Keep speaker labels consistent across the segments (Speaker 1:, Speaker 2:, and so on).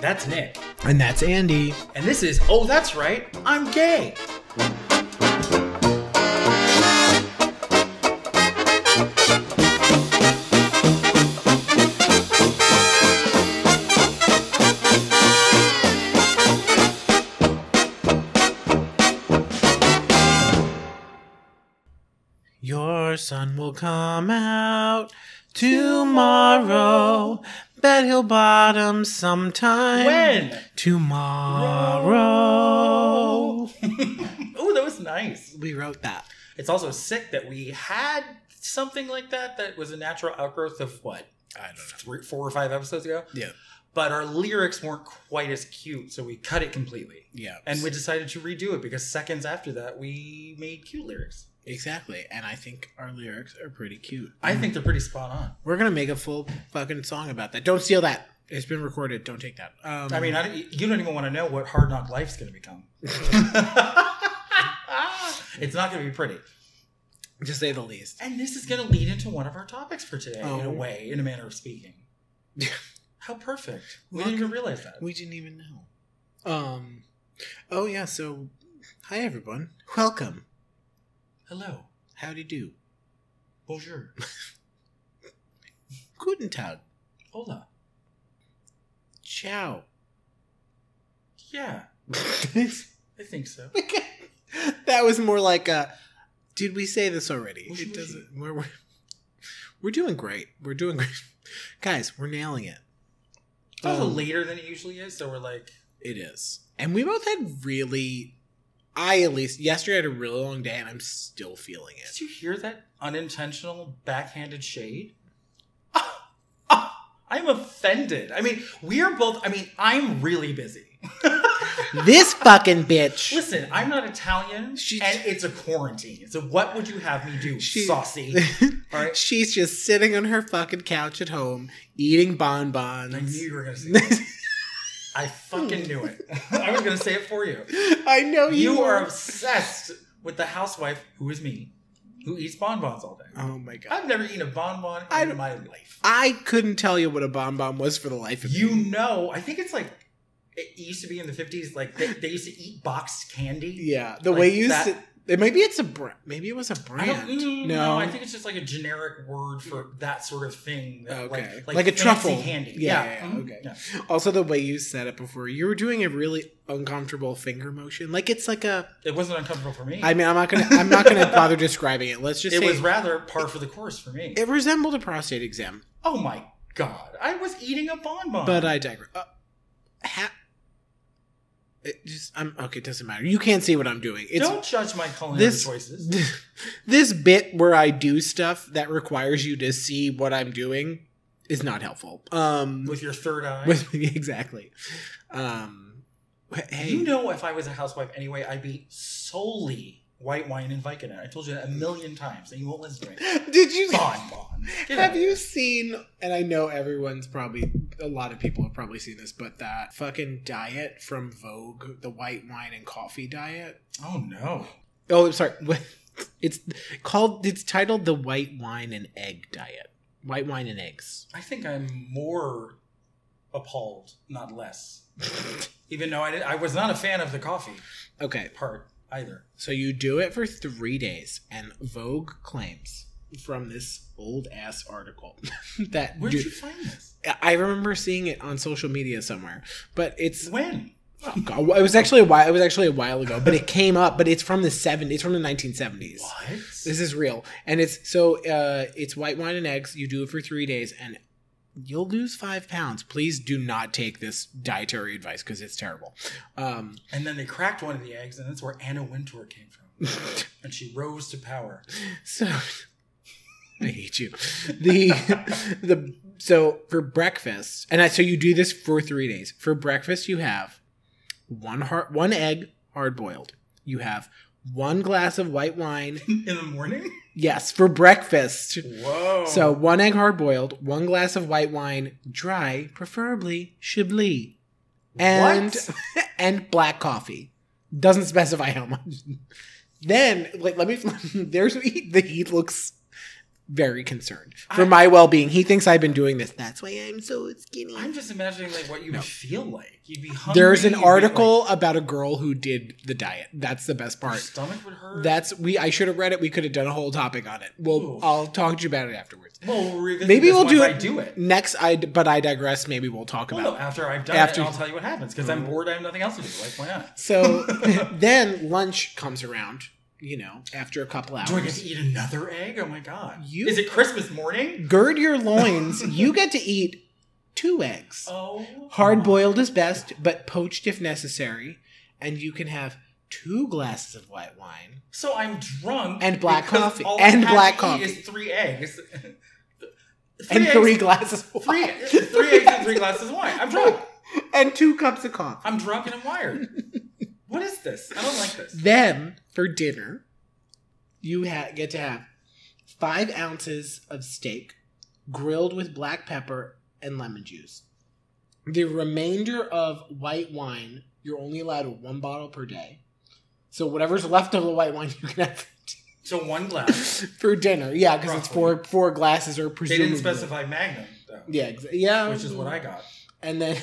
Speaker 1: That's Nick.
Speaker 2: And that's Andy.
Speaker 1: And this is Oh, that's right, I'm gay.
Speaker 2: Your son will come out tomorrow. Bet he'll bottom sometime.
Speaker 1: When?
Speaker 2: Tomorrow.
Speaker 1: Oh, that was nice.
Speaker 2: We wrote that.
Speaker 1: It's also sick that we had something like that that was a natural outgrowth of what
Speaker 2: I don't
Speaker 1: three, four or five episodes ago.
Speaker 2: Yeah.
Speaker 1: But our lyrics weren't quite as cute, so we cut it completely.
Speaker 2: Yeah.
Speaker 1: And we decided to redo it because seconds after that, we made cute lyrics.
Speaker 2: exactly. And I think our lyrics are pretty cute.
Speaker 1: I think they're pretty spot on.
Speaker 2: we're gonna make a full fucking song about that. Don't steal that. It's been recorded. Don't take that. Um,
Speaker 1: I mean, I, don't- you don't even want to know what hard knock life's going to become. it's not going to be pretty.
Speaker 2: to say the least.
Speaker 1: And this is going to lead into one of our topics for today, in a
Speaker 2: Oh.
Speaker 1: way, in a manner of speaking. How perfect. We
Speaker 2: Welcome.
Speaker 1: didn't even realize that.
Speaker 2: We didn't even know. Um. Oh yeah. So, hi everyone. Welcome.
Speaker 1: Hello.
Speaker 2: Howdy do.
Speaker 1: Bonjour.
Speaker 2: Guten Tag.
Speaker 1: Hola.
Speaker 2: Ciao.
Speaker 1: Yeah, I think so.
Speaker 2: that was more like a. Did we say this already?
Speaker 1: Whooshy,
Speaker 2: It doesn't. We're, we're we're doing great. We're doing great, guys. We're nailing it.
Speaker 1: It's also
Speaker 2: Um,
Speaker 1: later than it usually is, so we're like,
Speaker 2: It is. And we both had really I at least yesterday had a really long day and I'm still feeling
Speaker 1: did
Speaker 2: it.
Speaker 1: you hear that unintentional backhanded shade? I'm offended. I mean, we are both, I mean, I'm really busy.
Speaker 2: this fucking bitch.
Speaker 1: Listen, I'm not Italian,
Speaker 2: She-
Speaker 1: and it's a quarantine. So what would you have me do,
Speaker 2: She-
Speaker 1: saucy? All right.
Speaker 2: She's just sitting on her fucking couch at home eating
Speaker 1: I
Speaker 2: bonbons.
Speaker 1: knew you were gonna say. That. I fucking knew it. I was gonna say it for you.
Speaker 2: I know Oh, you,
Speaker 1: You are
Speaker 2: were.
Speaker 1: obsessed with the housewife who is me, who eats bonbons all day.
Speaker 2: Oh my god.
Speaker 1: I've never eaten a bonbon
Speaker 2: I
Speaker 1: in
Speaker 2: don't-
Speaker 1: my life.
Speaker 2: I couldn't tell you what a bonbon was for the life of
Speaker 1: You
Speaker 2: me.
Speaker 1: know, I think it's like it used to be in the fifties. Like they, they used to eat boxed candy.
Speaker 2: Yeah, the
Speaker 1: Like
Speaker 2: way you
Speaker 1: that-
Speaker 2: sit it maybe it's a br- maybe it was a
Speaker 1: I
Speaker 2: brand.
Speaker 1: don't, mm,
Speaker 2: no.
Speaker 1: I think it's just like a generic word for that sort of thing. that,
Speaker 2: Okay.
Speaker 1: Like, like,
Speaker 2: Like a
Speaker 1: fancy
Speaker 2: truffle.
Speaker 1: candy.
Speaker 2: Yeah, yeah, yeah,
Speaker 1: mhm,
Speaker 2: okay. also the way you said it before, you were doing a really uncomfortable finger motion. Like it's like a
Speaker 1: It wasn't uncomfortable for me.
Speaker 2: I mean, I'm not gonna. I'm not gonna bother describing it. Let's just
Speaker 1: it
Speaker 2: say
Speaker 1: was rather par for the course for me.
Speaker 2: it resembled a prostate exam,
Speaker 1: oh my god, I was eating a bonbon.
Speaker 2: but I digress. Uh, ha- it just I'm okay. It doesn't matter. You can't see what I'm doing. It's
Speaker 1: don't judge my culinary
Speaker 2: this
Speaker 1: choices.
Speaker 2: this bit where I do stuff that requires you to see what I'm doing is not helpful. Um,
Speaker 1: With your third eye,
Speaker 2: with- exactly. Um, wh- hey,
Speaker 1: you know, if I was a housewife anyway, I'd be solely white wine and Vicodin. I told you that a million times, and you won't listen to me.
Speaker 2: did you?
Speaker 1: Bonbon. Get out
Speaker 2: Have
Speaker 1: of
Speaker 2: you
Speaker 1: here.
Speaker 2: seen, and I know everyone's probably, a lot of people have probably seen this, but that fucking diet from Vogue, the white wine and coffee diet?
Speaker 1: Oh no.
Speaker 2: Oh, I'm sorry. It's called, it's titled the white wine and egg diet. White wine and eggs.
Speaker 1: I think I'm more appalled, not less. Even though I, did, I was not a fan of the coffee
Speaker 2: Okay,
Speaker 1: part either.
Speaker 2: so you do it for three days, and Vogue claims from this old ass article that.
Speaker 1: Where
Speaker 2: do-
Speaker 1: did you find this?
Speaker 2: I remember seeing it on social media somewhere, but it's
Speaker 1: When?
Speaker 2: Oh, God. It was actually a while. It was actually a while ago, but it came up. But it's from the seven. It's from the nineteen seventies.
Speaker 1: What?
Speaker 2: This is real, and it's so uh, it's white wine and eggs. You do it for three days, and you'll lose five pounds. Please do not take this dietary advice because it's terrible. Um,
Speaker 1: And then they cracked one of the eggs, and that's where Anna Wintour came from. and she rose to power.
Speaker 2: so I hate you. The the so for breakfast, and I, so you do this for three days. For breakfast, you have one hard one egg hard boiled. You have one glass of white wine.
Speaker 1: In the morning?
Speaker 2: Yes, for breakfast.
Speaker 1: Whoa.
Speaker 2: So one egg hard boiled, one glass of white wine, dry, preferably Chablis, and
Speaker 1: What?
Speaker 2: and black coffee. Doesn't specify how much. Then, like, let me. There's the heat looks very concerned
Speaker 1: I-
Speaker 2: for my well being. He thinks I've been doing this. That's why I'm so skinny.
Speaker 1: I'm just imagining like what you
Speaker 2: No.
Speaker 1: would feel like. You'd be hungry.
Speaker 2: There's an
Speaker 1: you'd be,
Speaker 2: article about a girl who did the diet. That's the
Speaker 1: like,
Speaker 2: best
Speaker 1: your
Speaker 2: part.
Speaker 1: stomach would hurt.
Speaker 2: That's we. I should have read it. We could have done a whole topic on it. Well,
Speaker 1: Ooh.
Speaker 2: I'll talk to you about it afterwards.
Speaker 1: well, we'll revisit
Speaker 2: Maybe
Speaker 1: this
Speaker 2: we'll
Speaker 1: once
Speaker 2: do
Speaker 1: I
Speaker 2: it-
Speaker 1: do it.
Speaker 2: Next, I d- but I digress. Maybe we'll talk
Speaker 1: Well,
Speaker 2: about.
Speaker 1: no, after I've done
Speaker 2: After-
Speaker 1: it, I'll tell you what happens because I'm
Speaker 2: Mm.
Speaker 1: bored. I have nothing else to do. Like, why not?
Speaker 2: So then lunch comes around. You know, after a couple hours,
Speaker 1: Do I get to eat another egg? Oh my god!
Speaker 2: You-
Speaker 1: Is it Christmas morning?
Speaker 2: gird your loins. you get to eat two eggs.
Speaker 1: Oh,
Speaker 2: Hard boiled is best, but poached if necessary. And you can have two glasses of white wine.
Speaker 1: So I'm drunk
Speaker 2: And black
Speaker 1: because
Speaker 2: coffee.
Speaker 1: all
Speaker 2: And
Speaker 1: I have
Speaker 2: black
Speaker 1: to eat
Speaker 2: coffee.
Speaker 1: Is three eggs. Three
Speaker 2: and
Speaker 1: eggs-
Speaker 2: three glasses of
Speaker 1: Three,
Speaker 2: wine.
Speaker 1: three eggs and three glasses of wine. I'm drunk.
Speaker 2: and two cups of coffee.
Speaker 1: I'm drunk and I'm wired. What is this? I don't like this.
Speaker 2: Then for dinner, you ha- get to have five ounces of steak grilled with black pepper and lemon juice. The remainder of white wine, you're only allowed one bottle per day. So whatever's left of the white wine, you can have
Speaker 1: So one glass.
Speaker 2: for dinner. Yeah, because it's
Speaker 1: Roughly.
Speaker 2: four four glasses or
Speaker 1: They
Speaker 2: presumably.
Speaker 1: didn't specify Magnum, though,
Speaker 2: Yeah, ex- yeah,
Speaker 1: which is what I got.
Speaker 2: And then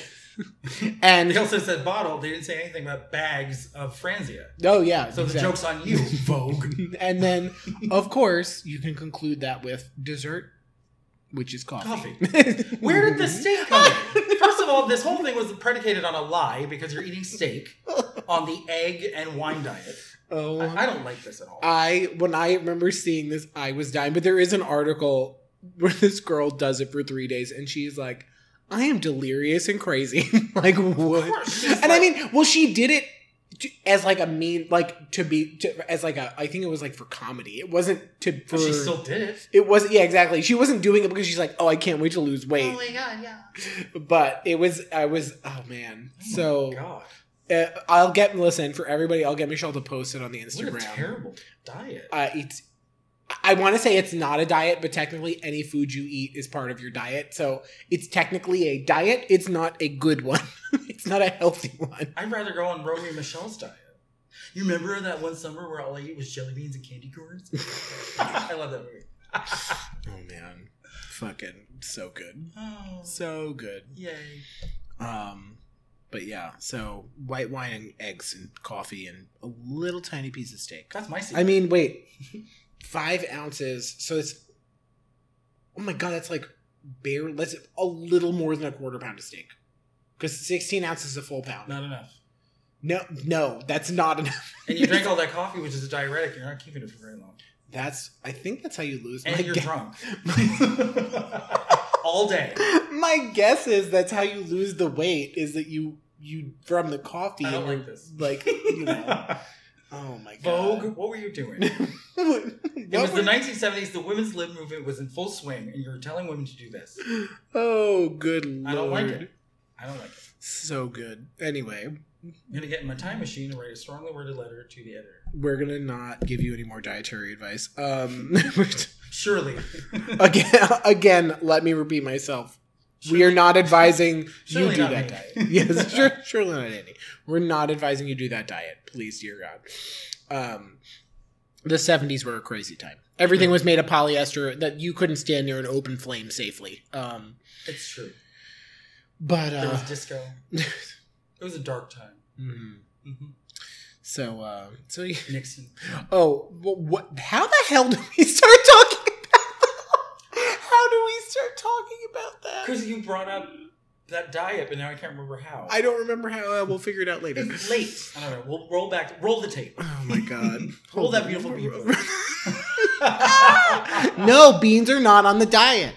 Speaker 2: and
Speaker 1: They also said bottle. They didn't say anything about bags of Franzia.
Speaker 2: oh yeah,
Speaker 1: So the
Speaker 2: exactly.
Speaker 1: joke's on you, Vogue.
Speaker 2: and then of course you can conclude that with dessert, which is coffee.
Speaker 1: Coffee. Where did the steak come in? First of all, this whole thing was predicated on a lie because you're eating steak on the egg and wine diet.
Speaker 2: Oh,
Speaker 1: I, I don't like this at all.
Speaker 2: I when I remember seeing this, I was dying. But there is an article where this girl does it for three days, and she's like, "I am delirious and crazy." like
Speaker 1: Of
Speaker 2: what?
Speaker 1: course, she's
Speaker 2: And I
Speaker 1: like-
Speaker 2: mean, well, she did it to, as like a mean, like to be to, as like a. I think it was like for comedy. It wasn't to for.
Speaker 1: but she still did it.
Speaker 2: it was yeah, exactly. She wasn't doing it because she's like, oh, I can't wait to lose
Speaker 1: Oh
Speaker 2: weight.
Speaker 1: my god, yeah.
Speaker 2: But it was, I was, oh man.
Speaker 1: Oh my
Speaker 2: So
Speaker 1: God,
Speaker 2: uh, I'll get listen for everybody. I'll get Michelle to post it on the
Speaker 1: what a
Speaker 2: Instagram.
Speaker 1: terrible diet.
Speaker 2: Uh, it's, I want to say it's not a diet, but technically any food you eat is part of your diet. So it's technically a diet. It's not a good one. it's not a healthy one.
Speaker 1: I'd rather go on Romy and Michelle's diet. You remember that one summer where all I ate was jelly beans and candy corns? I love that movie.
Speaker 2: Oh man, fucking so good,
Speaker 1: Oh,
Speaker 2: so good.
Speaker 1: yay.
Speaker 2: Um, but yeah, so white wine and eggs and coffee and a little tiny piece of steak.
Speaker 1: That's my secret.
Speaker 2: I mean, wait, five ounces. So it's oh my god, that's like bare. That's a little more than a quarter pound of steak. Because sixteen ounces is a full pound.
Speaker 1: not enough.
Speaker 2: No, no, that's not enough.
Speaker 1: And you drank all that coffee, which is a diuretic. You're not keeping it for very long.
Speaker 2: That's I think that's how you lose.
Speaker 1: And
Speaker 2: my
Speaker 1: you're
Speaker 2: gue-
Speaker 1: drunk.
Speaker 2: my-
Speaker 1: all day.
Speaker 2: my guess is that's how you lose the weight. Is that you you from the coffee?
Speaker 1: I don't
Speaker 2: and
Speaker 1: like this.
Speaker 2: Like you know. Oh my god.
Speaker 1: Vogue, what were you doing? It
Speaker 2: it
Speaker 1: was the 1970s. The women's lib movement was in full swing, and you were telling women to do this.
Speaker 2: Oh, good lord.
Speaker 1: I don't like it. I don't like it.
Speaker 2: So good. Anyway,
Speaker 1: I'm going to get in my time machine and write a strongly worded letter to the editor.
Speaker 2: we're gonna not give you any more dietary advice. Um,
Speaker 1: Surely.
Speaker 2: again, again, let me repeat myself. We are not advising you
Speaker 1: Surely
Speaker 2: do
Speaker 1: not
Speaker 2: that
Speaker 1: me.
Speaker 2: diet. Yes, sure, surely not Andy. We're not advising you do that diet. Please, dear God. Um, the seventies were a crazy time. Everything was made of polyester that you couldn't stand near an open flame safely. Um,
Speaker 1: It's true.
Speaker 2: but
Speaker 1: There
Speaker 2: uh,
Speaker 1: was disco. It was a dark time.
Speaker 2: mhm.
Speaker 1: hmm
Speaker 2: so uh, so yeah.
Speaker 1: Nixon.
Speaker 2: Oh, what, what? How the hell do we start talking about that? How do we start talking about that?
Speaker 1: Because you brought up that diet, but now I can't remember how.
Speaker 2: I don't remember how. Uh, we'll figure it out later.
Speaker 1: it's late. I don't know. We'll roll back. Roll the tape.
Speaker 2: Oh my god!
Speaker 1: Roll
Speaker 2: Hold
Speaker 1: that
Speaker 2: on.
Speaker 1: beautiful people.
Speaker 2: no, beans are not on the diet.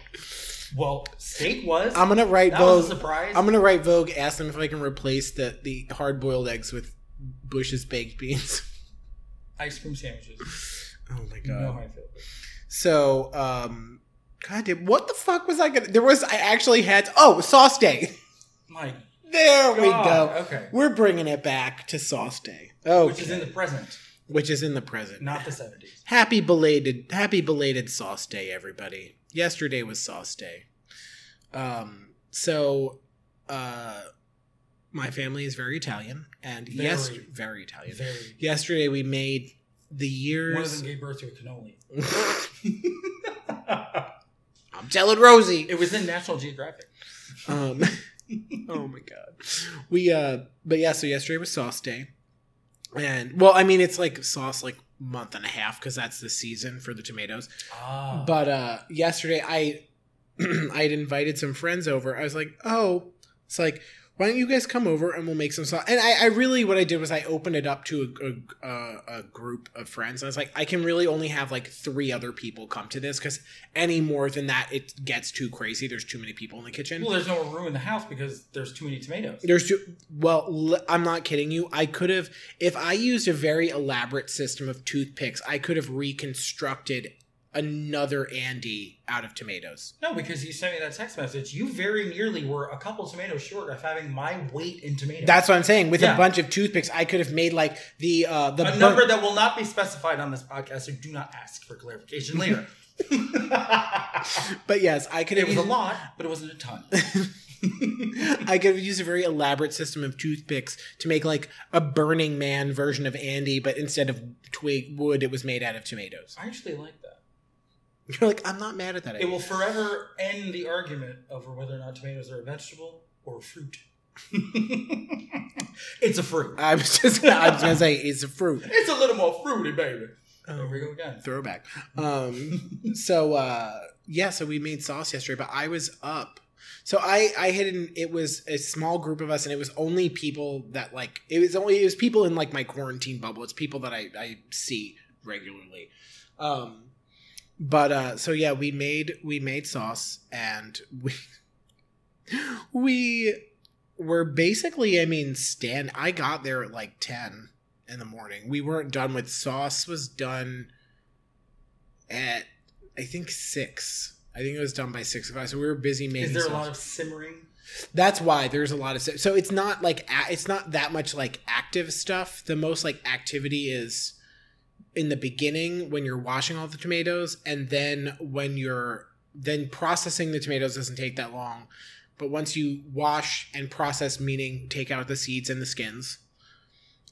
Speaker 1: Well, steak was.
Speaker 2: I'm gonna write
Speaker 1: that was a
Speaker 2: Vogue.
Speaker 1: surprise.
Speaker 2: I'm gonna write Vogue. Ask them if I can replace the the hard boiled eggs with Bush's baked beans.
Speaker 1: Ice cream sandwiches.
Speaker 2: Oh my
Speaker 1: You know how I feel.
Speaker 2: So, um, God damn, what the fuck was I gonna? There was I actually had. oh, sauce day.
Speaker 1: My
Speaker 2: There we go.
Speaker 1: God. Okay.
Speaker 2: We're bringing it back to Sauce Day. Oh,
Speaker 1: Which is in the present,
Speaker 2: the present.
Speaker 1: not the 70s.
Speaker 2: happy belated, happy belated Sauce Day, everybody. Yesterday was Sauce Day. Um, so, uh, my family is very Italian, and yes,
Speaker 1: Very.
Speaker 2: very Italian.
Speaker 1: Very.
Speaker 2: Yesterday we made the
Speaker 1: One of
Speaker 2: year's.
Speaker 1: them gave birth to a cannoli.
Speaker 2: I'm telling Rosie.
Speaker 1: it was in National Geographic.
Speaker 2: Um, oh my god. We uh, but yeah. So yesterday was sauce day, and well, I mean it's like sauce like month and a half because that's the season for the tomatoes.
Speaker 1: Ah.
Speaker 2: But uh yesterday I I had invited some friends over. I was like, oh, it's like, why don't you guys come over and we'll make some sauce? And I, I really what I did was I opened it up to a, a, a group of friends. I was like, I can really only have like three other people come to this because any more than that, it gets too crazy. There's too many people in the kitchen.
Speaker 1: well, there's no room in the house because there's too many tomatoes.
Speaker 2: There's two. Well, l- I'm not kidding you. I could have, if I used a very elaborate system of toothpicks, I could have reconstructed another Andy out of tomatoes.
Speaker 1: No, because you sent me that text message. You very nearly were a couple tomatoes short of having my weight in tomatoes.
Speaker 2: That's what I'm saying. With
Speaker 1: Yeah.
Speaker 2: a bunch of toothpicks, I could have made like the uh, the
Speaker 1: a
Speaker 2: bun-
Speaker 1: number that will not be specified on this podcast, so do not ask for clarification later.
Speaker 2: But yes, I could
Speaker 1: it
Speaker 2: have.
Speaker 1: was a
Speaker 2: used-
Speaker 1: lot, but it wasn't a ton.
Speaker 2: I could have used a very elaborate system of toothpicks to make like a Burning Man version of Andy, but instead of twig wood, it was made out of tomatoes.
Speaker 1: I actually like that.
Speaker 2: You're like, I'm not mad at that.
Speaker 1: It will forever end the argument over whether or not tomatoes are a vegetable or a fruit. it's a fruit.
Speaker 2: I was just, I was gonna say, it's a fruit.
Speaker 1: It's a little more fruity, baby. There
Speaker 2: Um,
Speaker 1: we go again.
Speaker 2: throwback. Um, so uh, yeah, so we made sauce yesterday, but I was up. So I I had an, it was a small group of us, and it was only people that like it was only it was people in like my quarantine bubble. It's people that I I see regularly. Um, but uh, so yeah, we made we made sauce, and we we were basically I mean Stan. I got there at like ten in the morning. We weren't done with sauce was done at I think six. I think it was done by six o'clock. So we were busy making.
Speaker 1: Is there a
Speaker 2: sauce.
Speaker 1: lot of simmering?
Speaker 2: That's why there's a lot of stuff. So it's not like a- it's not that much like active stuff. The most like activity is in the beginning when you're washing all the tomatoes, and then when you're then processing the tomatoes doesn't take that long. But once you wash and process, meaning take out the seeds and the skins,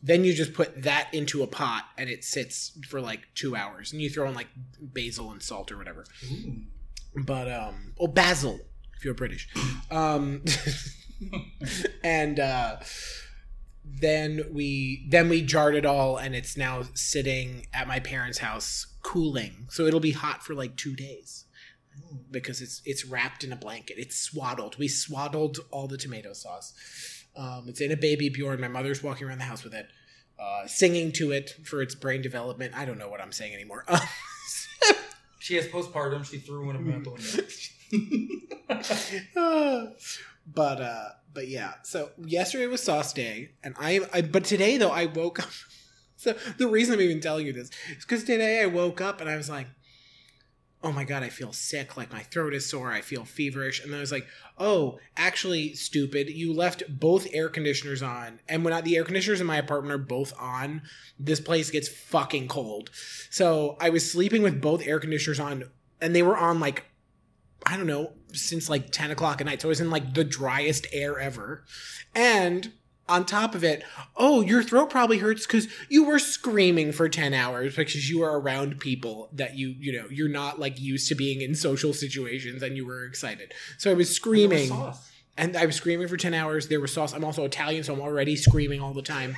Speaker 2: then you just put that into a pot and it sits for like two hours, and you throw in like basil and salt or whatever
Speaker 1: Ooh.
Speaker 2: but um oh basil if you're british um and uh then we then we jarred it all and it's now sitting at my parents house cooling so it'll be hot for like two days
Speaker 1: Ooh.
Speaker 2: because it's it's wrapped in a blanket it's swaddled we swaddled all the tomato sauce um it's in a baby bjorn my mother's walking around the house with it uh singing to it for its brain development i don't know what i'm saying anymore
Speaker 1: She has postpartum. She threw one
Speaker 2: Mm.
Speaker 1: of them out the window.
Speaker 2: but uh but yeah so yesterday was sauce day and i, I but today though i woke up so the reason i'm even telling you this is because today i woke up and i was like oh my god i feel sick like my throat is sore i feel feverish and then i was like oh actually stupid you left both air conditioners on and when I, the air conditioners in my apartment are both on this place gets fucking cold so i was sleeping with both air conditioners on and they were on like I don't know, since like 10 o'clock at night. So it was in like the driest air ever. And on top of it, oh, your throat probably hurts because you were screaming for 10 hours because you were around people that you, you know, you're not like used to being in social situations and you were excited. So I was screaming
Speaker 1: Sauce.
Speaker 2: and I was screaming for 10 hours. There was sauce. I'm also Italian, so I'm already screaming all the time.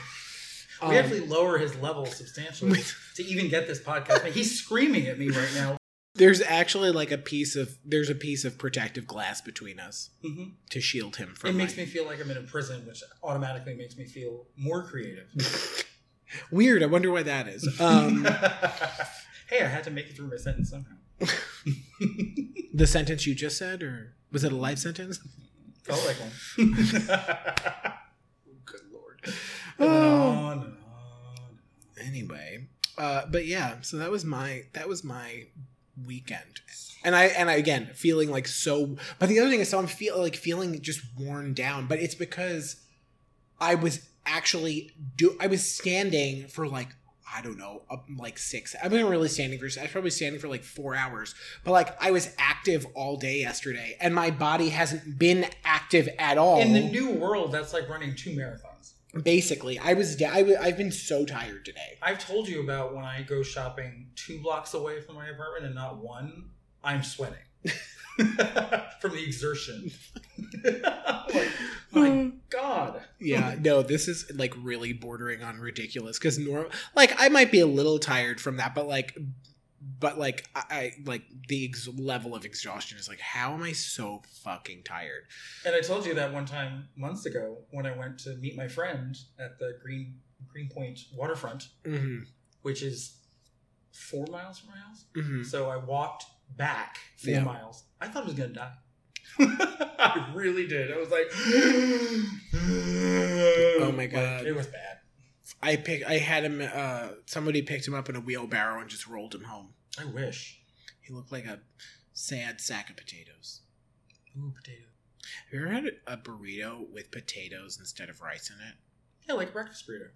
Speaker 1: we
Speaker 2: Um,
Speaker 1: actually lower his level substantially to even get this podcast. But he's screaming at me right now.
Speaker 2: there's actually like a piece of, there's a piece of protective glass between us
Speaker 1: Mhm.
Speaker 2: to shield him Mm-hmm. from
Speaker 1: It makes
Speaker 2: my-
Speaker 1: me feel like I'm in a prison, which automatically makes me feel more creative.
Speaker 2: weird. I wonder why that is. Um,
Speaker 1: hey, I had to make it through my sentence somehow.
Speaker 2: The sentence you just said, or was it a life sentence?
Speaker 1: Felt like one.
Speaker 2: Good lord. Oh,
Speaker 1: On and on.
Speaker 2: Anyway, uh, but yeah, so that was my that was my weekend, and I and I again feeling like so. But the other thing is, so I'm feel like feeling just worn down, but it's because I was actually do I was standing for like I don't know up like six. I wasn't really standing for. I was probably standing for like four hours, but like I was active all day yesterday, and my body hasn't been active at all
Speaker 1: In the new world, that's like running two marathons.
Speaker 2: basically i was da- I w- i've been so tired today
Speaker 1: I've told you about when I go shopping two blocks away from my apartment and not one I'm sweating from the exertion. like, my
Speaker 2: Mm.
Speaker 1: God.
Speaker 2: Yeah, no, this is like really bordering on ridiculous because normal, like I might be a little tired from that, but like, but like I, I like the ex- level of exhaustion is like, how am I so fucking tired?
Speaker 1: And I told you that one time months ago when I went to meet my friend at the Green Greenpoint waterfront,
Speaker 2: hmm
Speaker 1: which is four miles from my house.
Speaker 2: hmm
Speaker 1: So I walked back four
Speaker 2: Yeah.
Speaker 1: miles. I thought I was gonna die. I really did. I was like, oh
Speaker 2: my God.
Speaker 1: it was bad.
Speaker 2: I pick, I had him. Uh, somebody picked him up in a wheelbarrow and just rolled him home.
Speaker 1: I wish.
Speaker 2: He looked like a sad sack of potatoes.
Speaker 1: Ooh, potato.
Speaker 2: Have you ever had a burrito with potatoes instead of rice in it?
Speaker 1: Yeah, like breakfast burrito.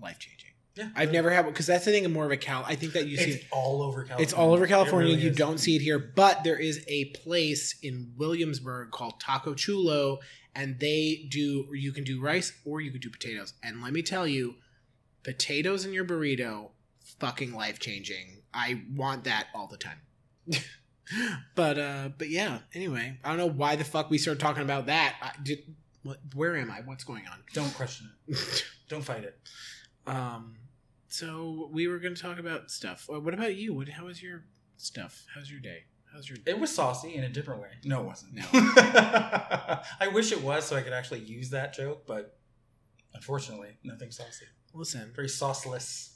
Speaker 2: Life changing.
Speaker 1: Yeah,
Speaker 2: I've never had one because that's the thing. More of a cal. I think that you see.
Speaker 1: It's all over California.
Speaker 2: It's all over California.
Speaker 1: It really
Speaker 2: you
Speaker 1: is.
Speaker 2: don't see it here, but there is a place in Williamsburg called Taco Chulo, and they do you can do rice or you can do potatoes. And let me tell you, potatoes in your burrito, fucking life changing. I want that all the time. but uh but yeah. Anyway, I don't know why the fuck we started talking about that. I did. What, where am I? What's going on?
Speaker 1: Don't question it. Don't fight it.
Speaker 2: Um, so we were going to talk about stuff. Uh, What about you? What? How was your stuff? How's your day? How's your?
Speaker 1: It was saucy in a different way. No, it wasn't.
Speaker 2: No.
Speaker 1: I wish it was so I could actually use that joke, but unfortunately, nothing saucy.
Speaker 2: Listen.
Speaker 1: Very sauceless.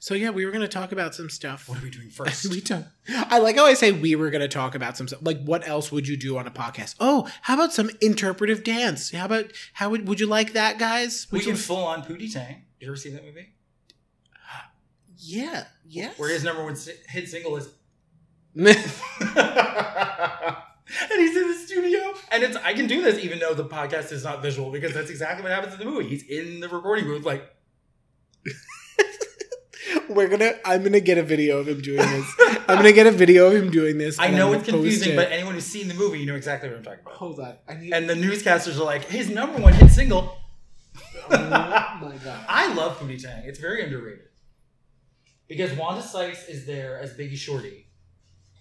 Speaker 2: So yeah, we were going to talk about some stuff.
Speaker 1: What are we doing first?
Speaker 2: we don't. I like how I say we were going to talk about some stuff. Like, what else would you do on a podcast? Oh, how about some interpretive dance? How about how would would you like that, guys?
Speaker 1: we
Speaker 2: Would
Speaker 1: can
Speaker 2: you-
Speaker 1: full on Pootie Tang. Did you ever see that movie?
Speaker 2: yeah. Yes.
Speaker 1: Where his number one si- hit single is.
Speaker 2: is?
Speaker 1: and he's in the studio. And it's I can do this even though the podcast is not visual because that's exactly what happens in the movie. He's in the recording booth, like.
Speaker 2: we're gonna. I'm gonna get a video of him doing this. I'm gonna get a video of him doing this.
Speaker 1: I
Speaker 2: and
Speaker 1: know
Speaker 2: I'm
Speaker 1: it's
Speaker 2: gonna post
Speaker 1: confusing,
Speaker 2: it.
Speaker 1: but anyone who's seen the movie, you know exactly what I'm talking about.
Speaker 2: hold on. I need.
Speaker 1: And the newscasters are like, his number one hit single.
Speaker 2: oh my god.
Speaker 1: I love Pootie Tang. It's very underrated. Because Wanda Sykes is there as Biggie Shorty.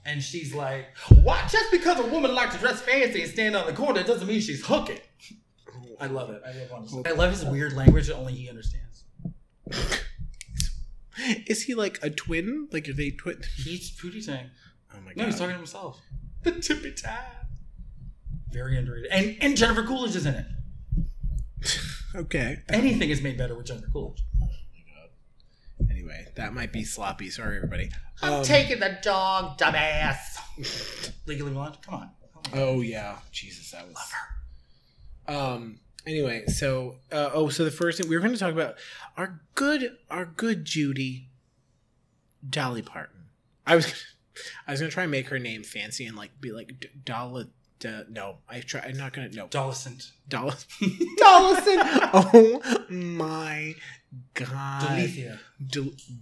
Speaker 1: And she's like, what? Just because a woman likes to dress fancy and stand on the corner doesn't mean she's hooking. I love it. I love Wanda Sykes. I love his weird language that only he understands.
Speaker 2: Is he like a twin? Like are they twin?
Speaker 1: He's Pootie Tang.
Speaker 2: Oh my god.
Speaker 1: No, he's talking to himself. The tippy tap. Very underrated. And, and Jennifer Coolidge is in it.
Speaker 2: okay.
Speaker 1: Anything is made better with Jennifer Coolidge.
Speaker 2: Anyway, that might be sloppy. Sorry, everybody.
Speaker 1: I'm
Speaker 2: Um,
Speaker 1: taking the dog, dumbass. Legally blonde? Come on.
Speaker 2: Oh yeah, Jesus, that was. Um. Anyway, so uh, oh, so the first thing we were going to talk about our good, our good Judy, Dolly Parton. I was, I was going to try and make her name fancy and like be like D- Dolly. D- no, I try. I'm not going to. No,
Speaker 1: Dolicent.
Speaker 2: Dolly. Dollison. oh my god.
Speaker 1: Delethea.
Speaker 2: Do-
Speaker 1: I don't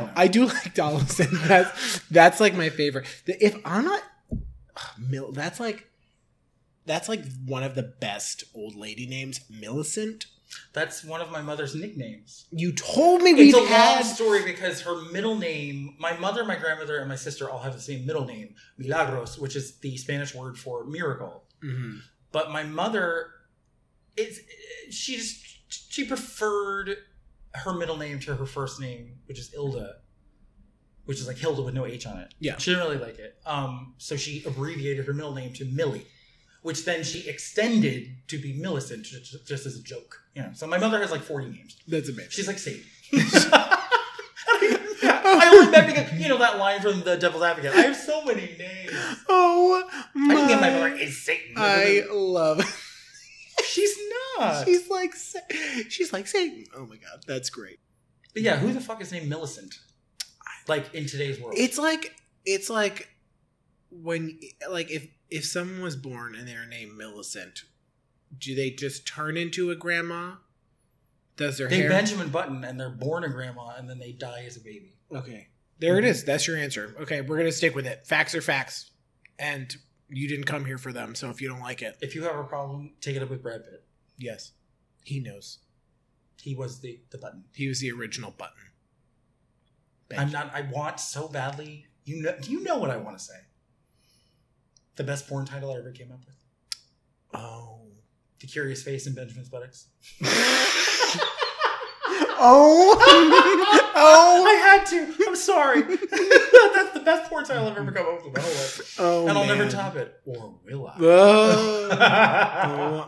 Speaker 2: wow,
Speaker 1: know.
Speaker 2: I, do like Donaldson. That's that's like my favorite. The- If I'm not Ugh, Mil, that's like that's like one of the best old lady names, Millicent.
Speaker 1: That's one of my mother's nicknames.
Speaker 2: You told me
Speaker 1: It's
Speaker 2: we've
Speaker 1: a long
Speaker 2: had.
Speaker 1: story because her middle name, my mother, my grandmother, and my sister all have the same middle name, Milagros, which is the Spanish word for miracle.
Speaker 2: Mhm.
Speaker 1: But my mother, it's she just she preferred her middle name to her first name, which is Ilda, which is like Hilda with no H on it.
Speaker 2: Yeah.
Speaker 1: she didn't really like it. Um, so she abbreviated her middle name to Millie, which then she extended to be Millicent, ju- ju- just as a joke. You know. So my mother has like forty names.
Speaker 2: That's amazing.
Speaker 1: She's like Sadie. I only met because you know that line from The Devil's Advocate. I have so many names.
Speaker 2: Oh
Speaker 1: I
Speaker 2: my!
Speaker 1: didn't get my mother is Satan.
Speaker 2: Oh, I love.
Speaker 1: She's not.
Speaker 2: She's like, Sa- she's like Satan. Oh my god, that's great.
Speaker 1: But yeah, who the fuck is named Millicent? Like in today's world,
Speaker 2: It's like it's like when like if if someone was born and they were named Millicent, do they just turn into a grandma? Does their
Speaker 1: they
Speaker 2: hair
Speaker 1: Benjamin Button and they're born a grandma and then they die as a baby.
Speaker 2: Okay. There it is. That's your answer. Okay, we're gonna stick with it. Facts are facts. And you didn't come here for them, so if you don't like it,
Speaker 1: If you have a problem, take it up with Brad Pitt.
Speaker 2: yes. He knows.
Speaker 1: He was the the button.
Speaker 2: He was the original button.
Speaker 1: I'm not. I want so badly You know, you know what I want to say. The best porn title I ever came up with:
Speaker 2: Oh.
Speaker 1: The Curious Face and Benjamin's Buttocks.
Speaker 2: Oh.
Speaker 1: I
Speaker 2: oh.
Speaker 1: had to. I'm sorry. That's the best porn title I've ever come up with. in my whole life.
Speaker 2: Oh.
Speaker 1: and I'll never
Speaker 2: man.
Speaker 1: top it, or will I?
Speaker 2: Oh.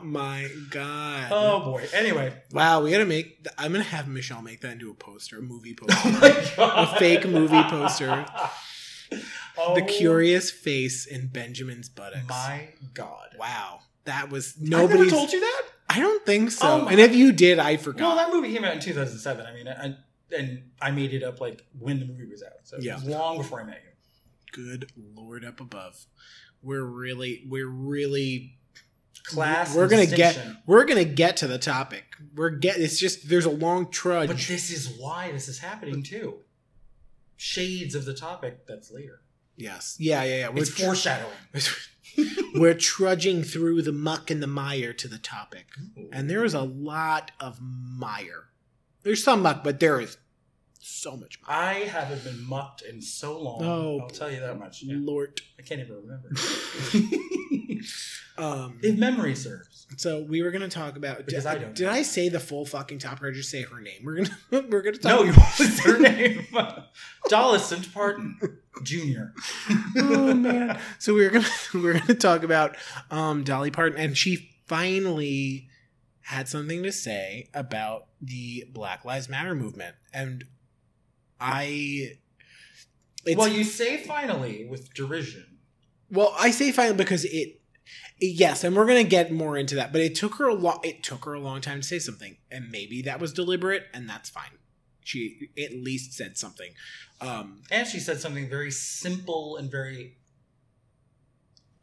Speaker 2: oh my god.
Speaker 1: oh boy. Anyway.
Speaker 2: Wow, we gotta make. th- I'm gonna have Michelle make that into a poster, a movie
Speaker 1: Oh
Speaker 2: poster.
Speaker 1: my god.
Speaker 2: A fake movie poster.
Speaker 1: Oh,
Speaker 2: the curious face in Benjamin's buttocks.
Speaker 1: My god.
Speaker 2: wow, that was
Speaker 1: Nobody I never
Speaker 2: nobody's.
Speaker 1: told you that.
Speaker 2: I don't think
Speaker 1: Oh
Speaker 2: so.
Speaker 1: my-
Speaker 2: and if you did, I forgot.
Speaker 1: Well, that movie came out in 2007. I mean, I, and I made it up like when the movie was out. So
Speaker 2: Yeah.
Speaker 1: it was long before I met you.
Speaker 2: Good Lord up above, we're really, we're really,
Speaker 1: Class.
Speaker 2: We're gonna get-
Speaker 1: distinction.
Speaker 2: we're gonna get to the topic. We're get. It's just there's a long trudge.
Speaker 1: But this is why this is happening too. Shades of the topic that's later.
Speaker 2: yes, yeah, yeah, yeah. We're,
Speaker 1: it's foreshadowing.
Speaker 2: we're trudging through the muck and the mire to the topic. and there is a lot of mire. There's some muck, but there is so much mire.
Speaker 1: I haven't been mucked in so long.
Speaker 2: Oh,
Speaker 1: I'll tell you that much. Yeah.
Speaker 2: Lord.
Speaker 1: I can't even remember.
Speaker 2: Um,
Speaker 1: if memory serves.
Speaker 2: so we were gonna talk about.
Speaker 1: Because
Speaker 2: did,
Speaker 1: I don't
Speaker 2: did
Speaker 1: know.
Speaker 2: I say the full fucking topic or just say her name? We're gonna we're gonna
Speaker 1: No,
Speaker 2: talk.
Speaker 1: you was her name. Dolicent Parton Jr.
Speaker 2: oh man. So we were gonna we we're gonna talk about um, Dolly Parton, and she finally had something to say about the Black Lives Matter movement, and I. It's
Speaker 1: well, you say finally with derision.
Speaker 2: Well, I say finally because it, yes, and we're gonna get more into that. But it took her a long. It took her a long time to say something, and maybe that was deliberate, and that's fine. She at least said something. Um,
Speaker 1: And she said something very simple and very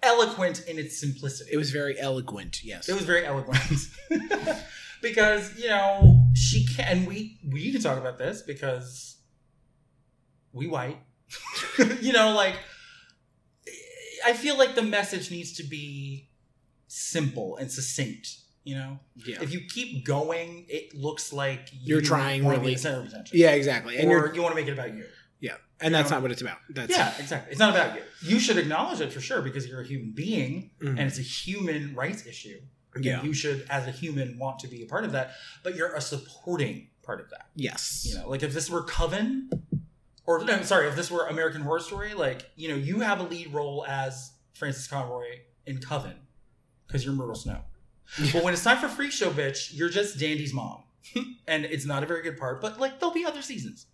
Speaker 1: eloquent in its simplicity.
Speaker 2: it was very eloquent. Yes.
Speaker 1: It was very eloquent. because, you know, she can and we we can talk about this because we white. you know, like I feel like the message needs to be simple and succinct, you know?
Speaker 2: yeah.
Speaker 1: If you keep going, it looks like
Speaker 2: You're trying
Speaker 1: wanna be
Speaker 2: really-
Speaker 1: the center of attention.
Speaker 2: yeah. Exactly. And
Speaker 1: or
Speaker 2: you're,
Speaker 1: you want to make it about you.
Speaker 2: and that's
Speaker 1: you know-
Speaker 2: not what it's about. That's
Speaker 1: yeah, exactly. It's not about you. You should acknowledge it for sure because you're a human being
Speaker 2: Mhm.
Speaker 1: and it's a human rights issue. And
Speaker 2: yeah.
Speaker 1: you should, as a human, want to be a part of that, but you're a supporting part of that.
Speaker 2: Yes.
Speaker 1: You know, like if this were Coven, or no, sorry, if this were American Horror Story, like, you know, you have a lead role as Francis Conroy in Coven because you're Myrtle Snow. but when it's time for Freak Show, bitch, you're just Dandy's mom. and it's not a very good part, but like, there'll be other seasons.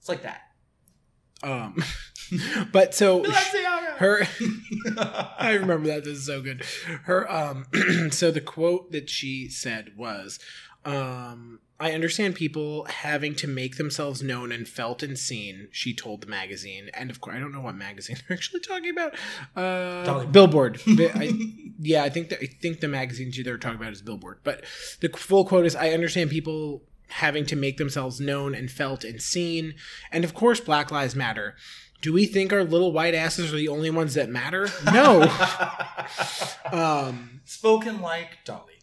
Speaker 1: It's like that.
Speaker 2: Um. but so
Speaker 1: Balenciaga.
Speaker 2: her. I remember that. This is so good. Her um so the quote that she said was um I understand people having to make themselves known and felt and seen, she told the magazine. And of course, I don't know what magazine they're actually talking about. Uh
Speaker 1: Dolly.
Speaker 2: Billboard. Bi- I, yeah, I think that I think the magazine they're talking about is Billboard. But the full quote is I understand people having to make themselves known and felt and seen. And of course, Black Lives Matter. Do we think our little white asses are the only ones that matter? No. um
Speaker 1: Spoken like Dolly.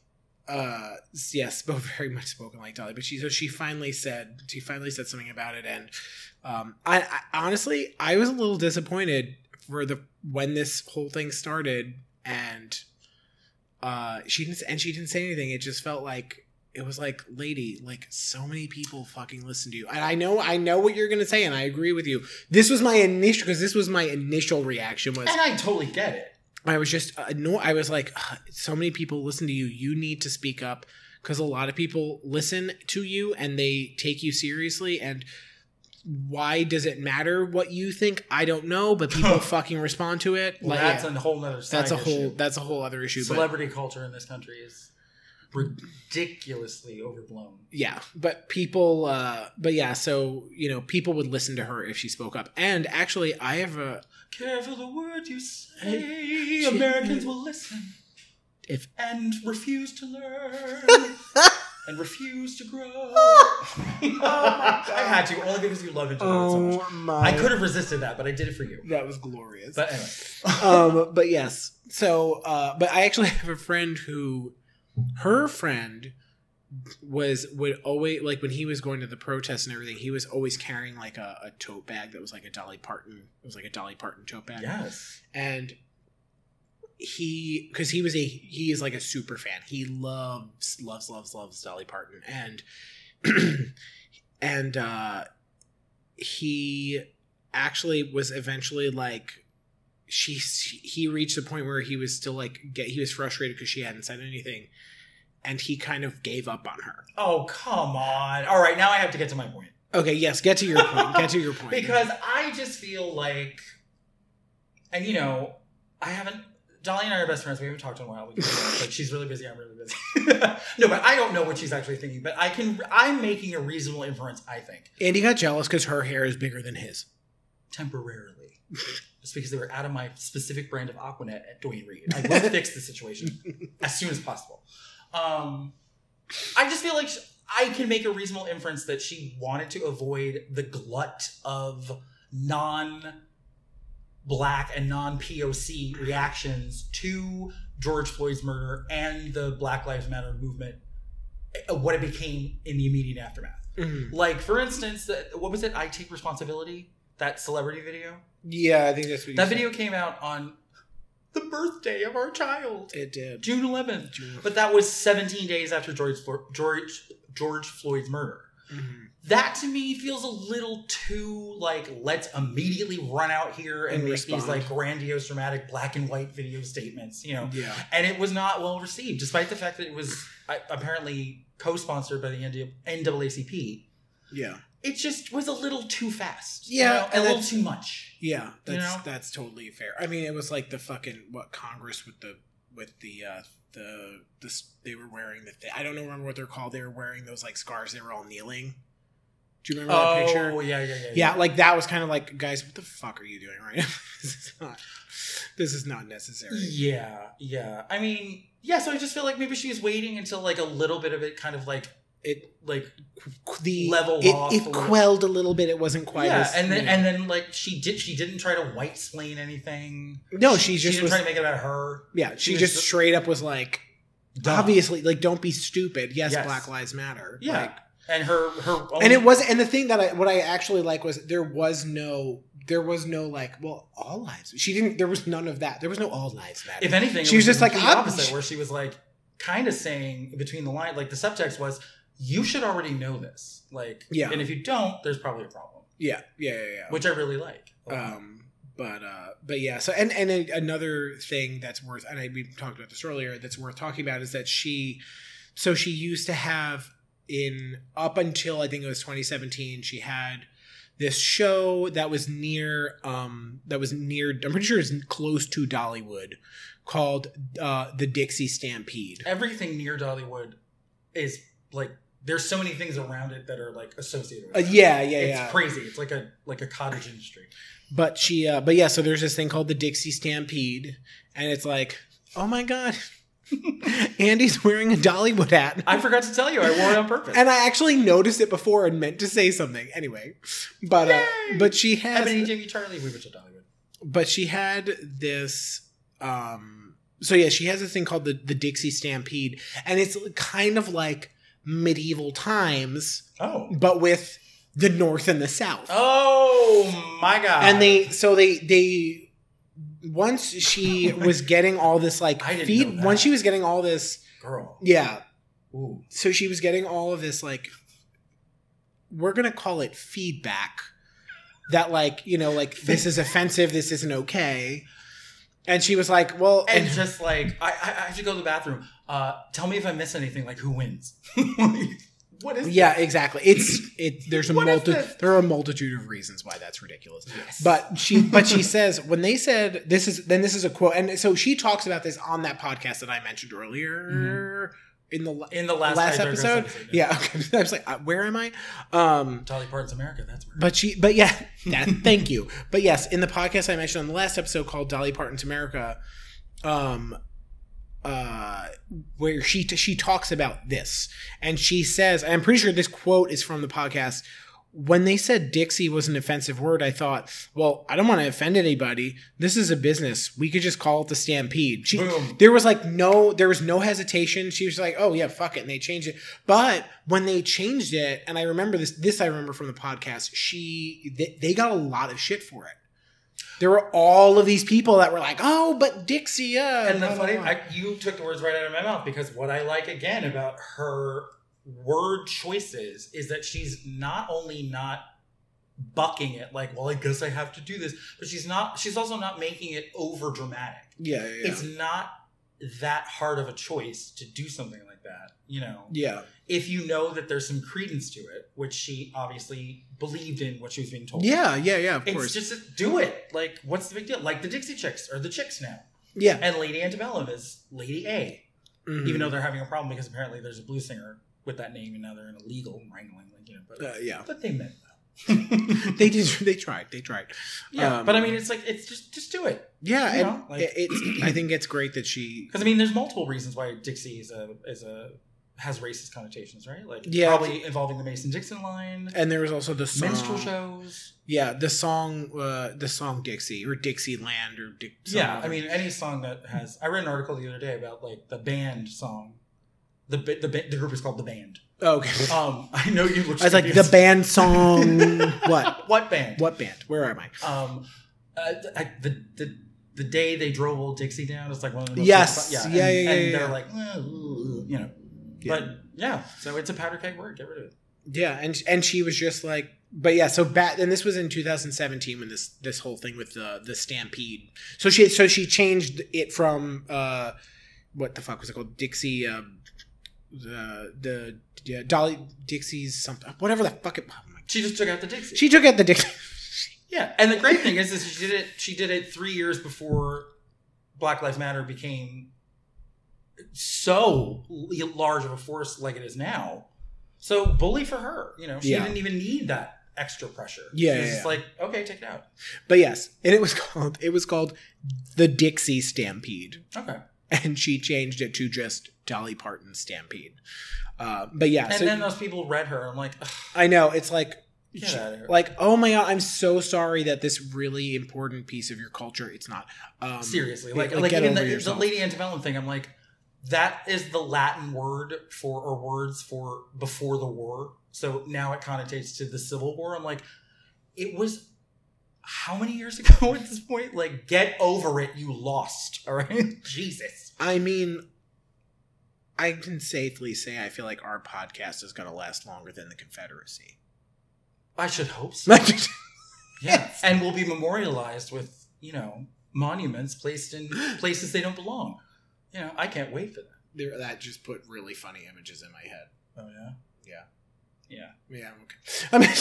Speaker 2: uh yes spoke very much spoken like dolly but she so she finally said she finally said something about it and um I, I honestly i was a little disappointed for the when this whole thing started and uh she didn't and she didn't say anything it just felt like it was like lady like so many people fucking listen to you and i know i know what you're gonna say and i agree with you this was my initial because this was my initial reaction was
Speaker 1: And I totally get it.
Speaker 2: I was just annoyed. I was like, "Ugh, so many people listen to you. You need to speak up because a lot of people listen to you and they take you seriously. And why does it matter what you think? I don't know, but people fucking respond to it.
Speaker 1: Well,
Speaker 2: Like,
Speaker 1: that's
Speaker 2: yeah,
Speaker 1: a whole nother side
Speaker 2: that's a whole
Speaker 1: issue.
Speaker 2: that's a whole other issue. But
Speaker 1: celebrity culture in this country is ridiculously overblown.
Speaker 2: yeah, but people, uh, but yeah, so you know, people would listen to her if she spoke up. And actually, I have a
Speaker 1: Careful the words you say. Americans will listen.
Speaker 2: If-
Speaker 1: and refuse to learn and refuse to grow.
Speaker 2: Oh my Oh
Speaker 1: I had to only because you love it so much.
Speaker 2: my,
Speaker 1: I could have resisted that, but I did it for you.
Speaker 2: that was glorious.
Speaker 1: But anyway,
Speaker 2: um, but yes. So, uh, but I actually have a friend who, her friend, was would always like when he was going to the protests and everything, he was always carrying like a, a tote bag that was like a Dolly Parton. It was like a Dolly Parton tote bag.
Speaker 1: Yes.
Speaker 2: And he because he was a he is like a super fan. He loves loves loves loves Dolly Parton and and uh he actually was eventually like she he reached the point where he was still like get he was frustrated because she hadn't said anything and he kind of gave up on her
Speaker 1: Oh, come on. All right, now I have to get to my point.
Speaker 2: okay yes get to your point get to your point
Speaker 1: Because I just feel like, and you know, I haven't. Dolly and I are best friends. We haven't talked in a while. We like she's really busy. I'm really busy. no, but I don't know what she's actually thinking. But I can. I'm making a reasonable inference. I think
Speaker 2: andy got jealous because her hair is bigger than his
Speaker 1: temporarily, just because they were out of my specific brand of Aquanet at Dwayne Reed. I will fix the situation as soon as possible. Um, I just feel like sh I can make a reasonable inference that she wanted to avoid the glut of non black and non POC reactions to George Floyd's murder and the Black Lives Matter movement, uh, what it became in the immediate aftermath.
Speaker 2: Mm-hmm.
Speaker 1: Like, for instance, the, what was it? I Take Responsibility, that celebrity video?
Speaker 2: yeah i think that's what you
Speaker 1: That
Speaker 2: said.
Speaker 1: video came out on the birthday of our child,
Speaker 2: it did
Speaker 1: June 11th. But that was 17 days after George Flo- George George Floyd's murder.
Speaker 2: Mhm.
Speaker 1: That to me feels a little too like let's immediately run out here and,
Speaker 2: And
Speaker 1: make
Speaker 2: respond.
Speaker 1: these like grandiose, dramatic black and white video statements, you know.
Speaker 2: yeah
Speaker 1: And it was not well received, despite the fact that it was uh, apparently co-sponsored by the ND- NAACP.
Speaker 2: yeah
Speaker 1: It just was a little too fast,
Speaker 2: Yeah,
Speaker 1: you know,
Speaker 2: and
Speaker 1: and a little
Speaker 2: that's-
Speaker 1: too much.
Speaker 2: Yeah,
Speaker 1: You
Speaker 2: that's
Speaker 1: know?
Speaker 2: that's totally fair. I mean, it was like the fucking what Congress with the with the uh the this they were wearing the thi- I don't know remember what they're called. They were wearing those like scarves. They were all kneeling. Do you remember that picture?
Speaker 1: Oh, yeah, yeah, yeah,
Speaker 2: Yeah, like that was kind of like guys, what the fuck are you doing right now? this is not this is not
Speaker 1: E
Speaker 2: necessary.
Speaker 1: Yeah, yeah. I mean, yeah. So I just feel like maybe she was waiting until like a little bit of it kind of like
Speaker 2: It
Speaker 1: like
Speaker 2: the
Speaker 1: Level
Speaker 2: it,
Speaker 1: off a
Speaker 2: it
Speaker 1: little.
Speaker 2: quelled a little bit. It wasn't quite.
Speaker 1: yeah,
Speaker 2: as,
Speaker 1: and then
Speaker 2: you know.
Speaker 1: and then like she did she didn't try to white splain anything.
Speaker 2: no, she just
Speaker 1: didn't
Speaker 2: was.
Speaker 1: try to make it about her.
Speaker 2: yeah,
Speaker 1: she
Speaker 2: she
Speaker 1: was
Speaker 2: just
Speaker 1: just-
Speaker 2: straight up was like,
Speaker 1: Duh.
Speaker 2: obviously, like, don't be stupid. Yes,
Speaker 1: Yes.
Speaker 2: Black Lives Matter.
Speaker 1: Yeah. Oh.
Speaker 2: Like,
Speaker 1: and her her own,
Speaker 2: and it was and the thing that I what I actually like was there was no there was no like well all lives she didn't there was none of that there was no all lives matter
Speaker 1: if anything it
Speaker 2: she was just
Speaker 1: the
Speaker 2: like,
Speaker 1: complete
Speaker 2: I'm-
Speaker 1: opposite where she was like kind of saying between the line like the subtext was you should already know this like
Speaker 2: Yeah.
Speaker 1: and if you don't there's probably a problem
Speaker 2: yeah yeah yeah, yeah.
Speaker 1: which I really like.
Speaker 2: um but uh but yeah so and and a, another thing that's worth and I, we talked about this earlier that's worth talking about is that she so she used to have in up until I think it was 2017 she had this show that was near um that was near I'm pretty sure it's close to Dollywood called uh the Dixie Stampede
Speaker 1: everything near Dollywood is like there's so many things around it that are like associated with
Speaker 2: Uh,
Speaker 1: it.
Speaker 2: yeah, yeah,
Speaker 1: it's
Speaker 2: yeah.
Speaker 1: crazy. It's like a like a cottage industry.
Speaker 2: but she, uh, but yeah. So there's this thing called the Dixie Stampede, and it's like, oh my god, Andy's wearing a Dollywood hat,
Speaker 1: I forgot to tell you, I wore it on purpose.
Speaker 2: and I actually noticed it before and meant to say something anyway. But uh,
Speaker 1: Yay!
Speaker 2: but she
Speaker 1: Ebony,
Speaker 2: has,
Speaker 1: Jamie, Charlie, we went to Dollywood.
Speaker 2: but she had this. um So yeah, she has this thing called the the Dixie Stampede, and it's kind of like medieval times,
Speaker 1: Oh,
Speaker 2: but with the North and the South.
Speaker 1: oh my god!
Speaker 2: and they so they they once she was getting all this like
Speaker 1: I didn't know
Speaker 2: feed
Speaker 1: that.
Speaker 2: once she was getting all this
Speaker 1: girl,
Speaker 2: yeah
Speaker 1: ooh,
Speaker 2: so she was getting all of this like we're gonna call it feedback that like you know like this is offensive this isn't okay and she was like well
Speaker 1: and just like I, I I have to go to the bathroom. Uh, tell me if I miss anything. Like who wins? what is?
Speaker 2: yeah exactly it's it there's a
Speaker 1: What is
Speaker 2: multi
Speaker 1: this?
Speaker 2: there are a multitude of reasons why that's ridiculous
Speaker 1: this? Yes.
Speaker 2: But she but she says when they said this is then this is a quote and so she talks about this on that podcast that I mentioned earlier in the la-
Speaker 1: in the Mm-hmm. last,
Speaker 2: last
Speaker 1: I digress
Speaker 2: episode? yeah okay I was like uh, where am I um
Speaker 1: Dolly Parton's America. That's where.
Speaker 2: but she but yeah that, thank you but yes in the podcast I mentioned on the last episode called Dolly Parton's America um uh where she she talks about this and she says and I'm pretty sure this quote is from the podcast when they said Dixie was an offensive word, I thought, well, I don't want to offend anybody. This is a business. We could just call it the Stampede. She,
Speaker 1: Boom.
Speaker 2: there was like no, there was no hesitation. She was like, oh yeah, fuck it, and they changed it. But when they changed it, and I remember this, this I remember from the podcast. She, they, they got a lot of shit for it. There were all of these people that were like, oh, but Dixie, uh,
Speaker 1: And the
Speaker 2: blah, blah,
Speaker 1: funny,
Speaker 2: blah.
Speaker 1: I, you took the words right out of my mouth because what I like again about her word choices is that she's not only not bucking it like, well, I guess I have to do this, but she's not. She's also not making it over dramatic.
Speaker 2: yeah, yeah, yeah.
Speaker 1: It's not that hard of a choice to do something like that. You know,
Speaker 2: yeah.
Speaker 1: if you know that there's some credence to it, which she obviously believed in what she was being told.
Speaker 2: Yeah, yeah, yeah, of
Speaker 1: It's
Speaker 2: course.
Speaker 1: just do it. Like, what's the big deal? Like the Dixie Chicks are the chicks now,
Speaker 2: yeah.
Speaker 1: and Lady Antebellum is Lady A
Speaker 2: Mhm.
Speaker 1: even though they're having a problem because apparently there's a blues singer with that name and now they're in a legal wrangling like you know but,
Speaker 2: Uh, yeah.
Speaker 1: but they meant well
Speaker 2: they did they tried they tried
Speaker 1: yeah
Speaker 2: Um,
Speaker 1: but i mean it's like it's just just do it
Speaker 2: yeah
Speaker 1: You
Speaker 2: and
Speaker 1: know, like-
Speaker 2: it- it's i think it's great that she
Speaker 1: because i mean there's multiple reasons why dixie is a is a has racist connotations right like
Speaker 2: Yeah.
Speaker 1: probably involving the mason-dixon line
Speaker 2: and there was also the song
Speaker 1: minstrel shows
Speaker 2: yeah the song uh the song dixie or dixie land or Dick,
Speaker 1: yeah i mean any song that has i read an article the other day about like the band song the ba- the, ba- the group is called the band
Speaker 2: oh, okay
Speaker 1: um i know you looked
Speaker 2: i was like the
Speaker 1: confused.
Speaker 2: band song what
Speaker 1: what band
Speaker 2: what band where am i
Speaker 1: um, uh, I, the the the day they drove old Dixie down, it's like one of those
Speaker 2: Yes.
Speaker 1: yeah,
Speaker 2: Yeah,
Speaker 1: and,
Speaker 2: yeah,
Speaker 1: and
Speaker 2: yeah,
Speaker 1: they're
Speaker 2: yeah.
Speaker 1: like, "Eh, ooh," you know,
Speaker 2: Yeah.
Speaker 1: but yeah, so it's a powder keg word. Get rid of it.
Speaker 2: yeah and and she was just like but yeah so bat and this was in 2017 when this this whole thing with the the stampede so she so she changed it from uh what the fuck was it called dixie um the the yeah, dolly dixie's something whatever the fuck it oh my-
Speaker 1: She just took out the Dixie.
Speaker 2: she took out the dixie
Speaker 1: yeah, and the great thing is, is she did it. She did it three years before Black Lives Matter became so l- large of a force like it is now. So bully for her, you know, she
Speaker 2: Yeah.
Speaker 1: didn't even need that extra pressure.
Speaker 2: Yeah,
Speaker 1: she was
Speaker 2: yeah,
Speaker 1: just
Speaker 2: yeah.
Speaker 1: like okay, take it out.
Speaker 2: but yes and it was called it was called the dixie stampede
Speaker 1: Okay,
Speaker 2: and she changed it to just dolly parton stampede uh, but yeah
Speaker 1: and
Speaker 2: so
Speaker 1: then those people read her. I'm like, "Ugh,
Speaker 2: i know it's like
Speaker 1: get out of here.
Speaker 2: like oh my god i'm so sorry that this really important piece of your culture it's not um
Speaker 1: Seriously,
Speaker 2: yeah,
Speaker 1: like
Speaker 2: like,
Speaker 1: like,
Speaker 2: get
Speaker 1: even
Speaker 2: over
Speaker 1: the, the
Speaker 2: yourself.
Speaker 1: Lady Antebellum thing, I'm like, that is the Latin word for or words for before the war. So now it connotates to the Civil War. I'm like, it was how many years ago at this point? Like, get over it. You lost. All right, Jesus.
Speaker 2: i mean i can safely say i feel like our podcast is going to last longer than the confederacy
Speaker 1: I should hope so.
Speaker 2: Like,
Speaker 1: yeah, and we'll be memorialized with you know monuments placed in places they don't belong. You know, I can't wait for that.
Speaker 2: there- that just put really funny images in my head
Speaker 1: Oh yeah,
Speaker 2: yeah i'm okay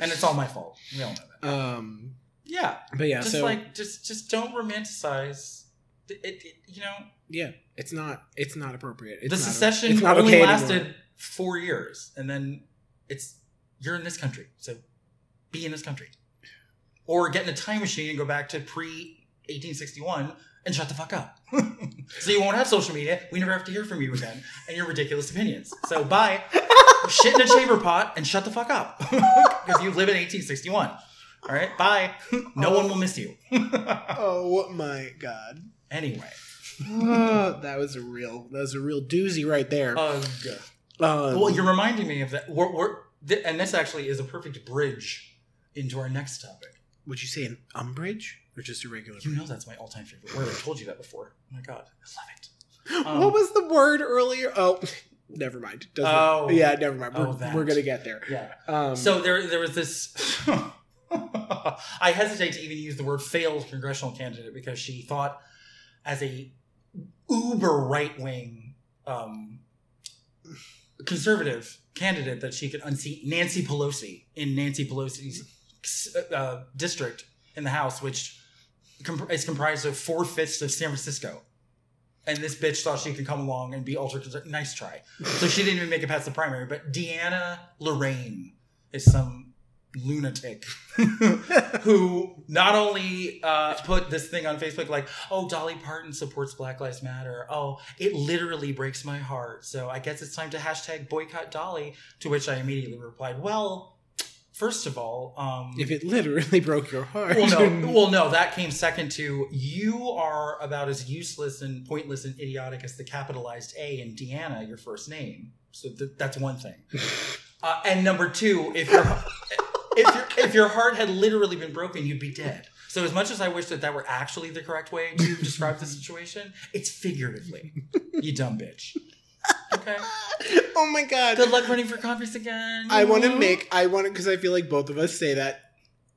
Speaker 1: and it's all my fault. We all know that.
Speaker 2: um
Speaker 1: Yeah.
Speaker 2: but yeah
Speaker 1: just
Speaker 2: so
Speaker 1: like just just don't romanticize it, it, it- you know
Speaker 2: yeah it's not it's not appropriate it's
Speaker 1: the
Speaker 2: not,
Speaker 1: secession
Speaker 2: it's not
Speaker 1: only
Speaker 2: okay
Speaker 1: lasted
Speaker 2: anymore.
Speaker 1: four years and then it's you're in this country so be in this country or get in a time machine and go back to pre 1861 and shut the fuck up so you won't have social media we never have to hear from you again and your ridiculous opinions so bye shit in a chamber pot and shut the fuck up because you live in 1861 all right bye no one will miss you
Speaker 2: oh my god
Speaker 1: anyway
Speaker 2: Oh, that was a real that was a real doozy right there
Speaker 1: ugh
Speaker 2: Um,
Speaker 1: Well, you're reminding me of that. We're, we're th- and this actually is a perfect bridge into our next topic.
Speaker 2: Would you say an umbrage or just a regular?
Speaker 1: You know that's my all-time favorite word. I told you that before. Oh my god, I
Speaker 2: bridge?
Speaker 1: um,
Speaker 2: what was the word earlier? Oh, never mind. Doesn't-
Speaker 1: love it. Oh
Speaker 2: yeah, never mind. We're,
Speaker 1: Oh, that.
Speaker 2: we're gonna get there.
Speaker 1: yeah.
Speaker 2: Um,
Speaker 1: So there, there was this. I hesitate to even use the word failed congressional candidate because she thought, as a uber right wing um, conservative candidate, that she could unseat Nancy Pelosi in Nancy Pelosi's uh, district in the House, which comp- is comprised of four fifths of San Francisco. And this bitch thought she could come along and be ultra conservative. Nice try. So she didn't even make it past the primary. But Deanna Lorraine is some lunatic who not only uh, put this thing on Facebook like, oh, Dolly Parton supports Black Lives Matter. Oh, it literally breaks my heart. So I guess it's time to hashtag boycott Dolly, to which I immediately replied, well, first of all, um,
Speaker 2: If it literally broke your heart.
Speaker 1: well, no, well, no, that came second to you are about as useless and pointless and idiotic as the capitalized A in Deanna, your first name. So th- that's one thing. Uh, and number two, if your if your if your heart had literally been broken, you'd be dead. So as much as I wish that that were actually the correct way to describe the situation, it's figuratively. You dumb bitch. Okay.
Speaker 2: oh my god.
Speaker 1: Good luck running for Congress again.
Speaker 2: I want to make I want to because I feel like both of us say that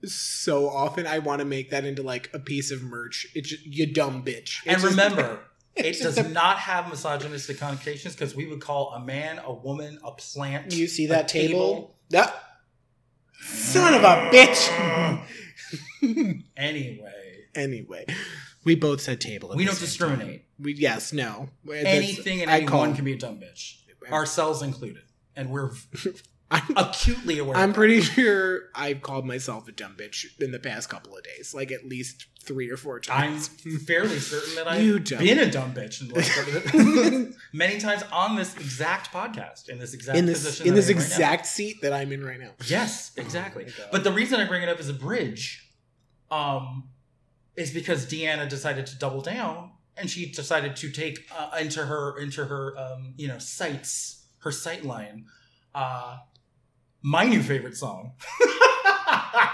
Speaker 2: so often. I want to make that into like a piece of merch. It's ju- you dumb bitch. It's
Speaker 1: And
Speaker 2: just-
Speaker 1: remember, it
Speaker 2: it's just
Speaker 1: does not have misogynistic connotations because we would call a man, a woman, a plant.
Speaker 2: you see
Speaker 1: a
Speaker 2: that table? That son of a bitch.
Speaker 1: Anyway,
Speaker 2: anyway, we both said table. at
Speaker 1: we
Speaker 2: the
Speaker 1: don't
Speaker 2: same
Speaker 1: discriminate.
Speaker 2: time. We yes no That's-
Speaker 1: Anything and
Speaker 2: I call-
Speaker 1: anyone can be a dumb bitch, ourselves included, and we're
Speaker 2: I'm,
Speaker 1: acutely aware.
Speaker 2: I'm
Speaker 1: of
Speaker 2: pretty sure I've called myself a dumb bitch in the past couple of days, like at least three or four
Speaker 1: it. I'm
Speaker 2: times.
Speaker 1: fairly certain that I've
Speaker 2: You dumb
Speaker 1: been a dumb bitch in the last couple of- many times on this exact podcast in this exact
Speaker 2: in this
Speaker 1: position
Speaker 2: in
Speaker 1: that
Speaker 2: this
Speaker 1: I'm in right now.
Speaker 2: exact seat that I'm in right now.
Speaker 1: Yes, exactly.
Speaker 2: Oh my God.
Speaker 1: but the reason I bring it up as a bridge, um, is because Deanna decided to double down, and she decided to take uh, into her into her um, you know sights her sight line, uh, my new favorite song. uh,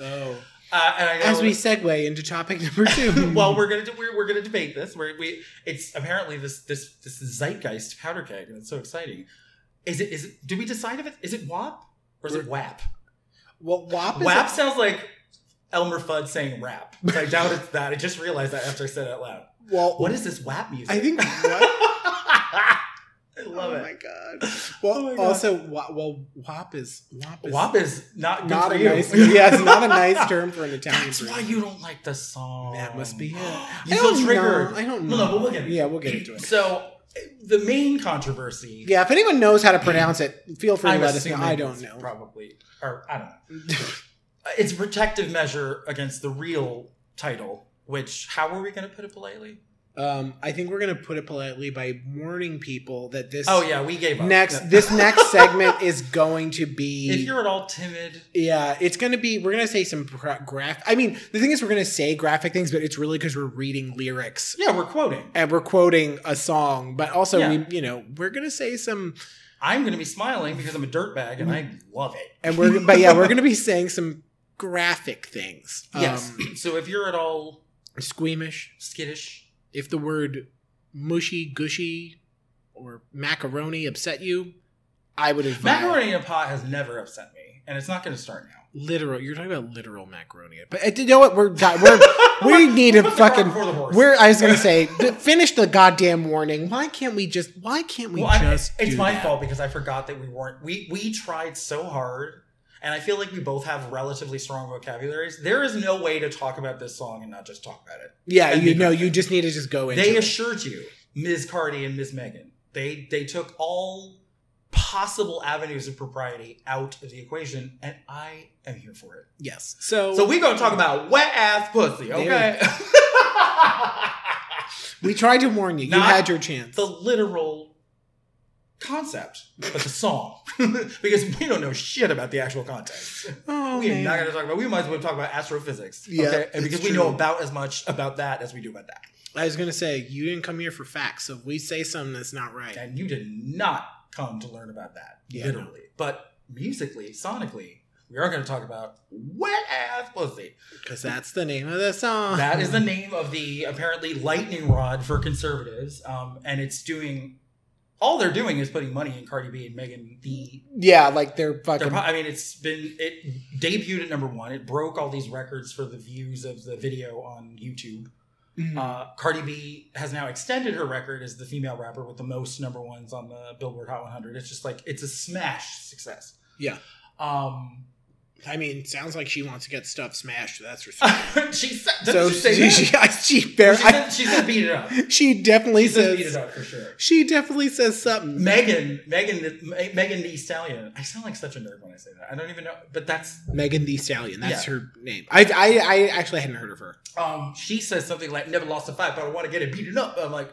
Speaker 2: Oh.
Speaker 1: and I know
Speaker 2: As we segue into topic number two.
Speaker 1: well, we're gonna do, we're, we're gonna debate this. We're, we it's apparently this this this zeitgeist powder keg, and it's so exciting. Is it is it? Do we decide if it is it WAP or is it WAP?
Speaker 2: well, WAP is
Speaker 1: WAP sounds like Elmer Fudd saying rap. But I doubt it's that. I just realized that after I said it out loud.
Speaker 2: well,
Speaker 1: What is this WAP music?
Speaker 2: I think. What?
Speaker 1: I love
Speaker 2: oh my
Speaker 1: it.
Speaker 2: god. Well,
Speaker 1: Oh my God.
Speaker 2: also, wa- well, WAP is WAP is
Speaker 1: WAP is not good
Speaker 2: not
Speaker 1: for
Speaker 2: a
Speaker 1: you.
Speaker 2: nice. yeah, it's not a nice term for an Italian.
Speaker 1: That's
Speaker 2: person.
Speaker 1: why you don't like the song.
Speaker 2: That must be it.
Speaker 1: You
Speaker 2: I
Speaker 1: feel
Speaker 2: don't
Speaker 1: triggered.
Speaker 2: know. I don't know.
Speaker 1: Well, no, but we'll get into
Speaker 2: yeah, we'll get into it.
Speaker 1: So the main controversy.
Speaker 2: Yeah, if anyone knows how to pronounce it, feel free to
Speaker 1: I'm
Speaker 2: let us know.
Speaker 1: assuming
Speaker 2: I don't
Speaker 1: it's
Speaker 2: know.
Speaker 1: Probably, or I don't know. It's a protective measure against the real title. Which, how are we going to put it politely?
Speaker 2: um, I think we're gonna put it politely by warning people that this.
Speaker 1: Oh yeah, we gave up.
Speaker 2: Next,
Speaker 1: Yeah.
Speaker 2: this next segment is going to be.
Speaker 1: if you're at all timid,
Speaker 2: Yeah, it's gonna be. We're gonna say some gra- graph. I mean, the thing is, we're gonna say graphic things, but it's really because we're reading lyrics
Speaker 1: yeah, we're quoting.
Speaker 2: and we're quoting a song. But also,
Speaker 1: Yeah.
Speaker 2: we, you know, we're gonna say some,
Speaker 1: I'm going to be smiling because I'm a dirtbag and I love it.
Speaker 2: and we're. but yeah, we're gonna be saying some graphic things.
Speaker 1: Yes.
Speaker 2: um,
Speaker 1: so if you're at all
Speaker 2: squeamish.
Speaker 1: skittish,
Speaker 2: If the word mushy, gushy, or macaroni upset you, I would advise
Speaker 1: macaroni in a pot has never upset me, and it's not going to start now.
Speaker 2: Literal. You're talking about literal macaroni. But uh, you know what? We're di- we're we need to
Speaker 1: Put the cart
Speaker 2: fucking.
Speaker 1: before the horse.
Speaker 2: Where I was gonna say, th- finish the goddamn warning. Why can't we just? Why can't we
Speaker 1: Well, I,
Speaker 2: just?
Speaker 1: it's
Speaker 2: do
Speaker 1: my
Speaker 2: that?
Speaker 1: fault because I forgot that we weren't. We we tried so hard, and I feel like we both have relatively strong vocabularies. There is no way to talk about this song and not just talk about it.
Speaker 2: Yeah,
Speaker 1: And
Speaker 2: you
Speaker 1: be
Speaker 2: know,
Speaker 1: perfect.
Speaker 2: you just need to just go into.
Speaker 1: They
Speaker 2: it.
Speaker 1: assured you, Ms. Cardi and Ms. Megan. They they took all possible avenues of propriety out of the equation, and I am here for it.
Speaker 2: yes. So,
Speaker 1: So we gonna talk about wet ass pussy, okay?
Speaker 2: we tried to warn you. You
Speaker 1: Not
Speaker 2: had your chance.
Speaker 1: the literal concept, but the song, because we don't know shit about the actual context.
Speaker 2: oh
Speaker 1: we are
Speaker 2: man.
Speaker 1: not gonna talk about. We might as well talk about astrophysics,
Speaker 2: Yeah,
Speaker 1: okay?
Speaker 2: it's
Speaker 1: And because we
Speaker 2: true.
Speaker 1: know about as much about that as we do about that,
Speaker 2: I was gonna say you didn't come here for facts. So if we say something that's not right,
Speaker 1: and you did not come to learn about that
Speaker 2: Yeah, no.
Speaker 1: literally, but musically, sonically. We are going to talk about wet ass pussy.
Speaker 2: because that's the name of the song.
Speaker 1: That is the name of the apparently lightning rod for conservatives, um, and it's doing. All they're doing is putting money in Cardi B and Megan the
Speaker 2: Yeah, like they're fucking.
Speaker 1: They're pro- I mean, it's been it debuted at number one. It broke all these records for the views of the video on YouTube.
Speaker 2: Mhm.
Speaker 1: Uh, Cardi B has now extended her record as the female rapper with the most number ones on the Billboard Hot 100. It's just like it's a smash success.
Speaker 2: Yeah.
Speaker 1: Um,
Speaker 2: I mean, sounds like she wants to get stuff smashed. That's for sure.
Speaker 1: she said, did
Speaker 2: so
Speaker 1: she say that?
Speaker 2: she, she, I- she
Speaker 1: She
Speaker 2: bare- I-
Speaker 1: said, she said beat it up. She
Speaker 2: she definitely
Speaker 1: said beat it
Speaker 2: says
Speaker 1: up for sure.
Speaker 2: she definitely says something.
Speaker 1: Megan, Megan, Me- Megan the Stallion. I sound like such a nerd when I say that. I don't even know, but that's
Speaker 2: Megan the Stallion. That's her name. I, I I actually hadn't heard of her.
Speaker 1: um. She says something like "Never lost a fight, but I want to get it beaten up." I'm like,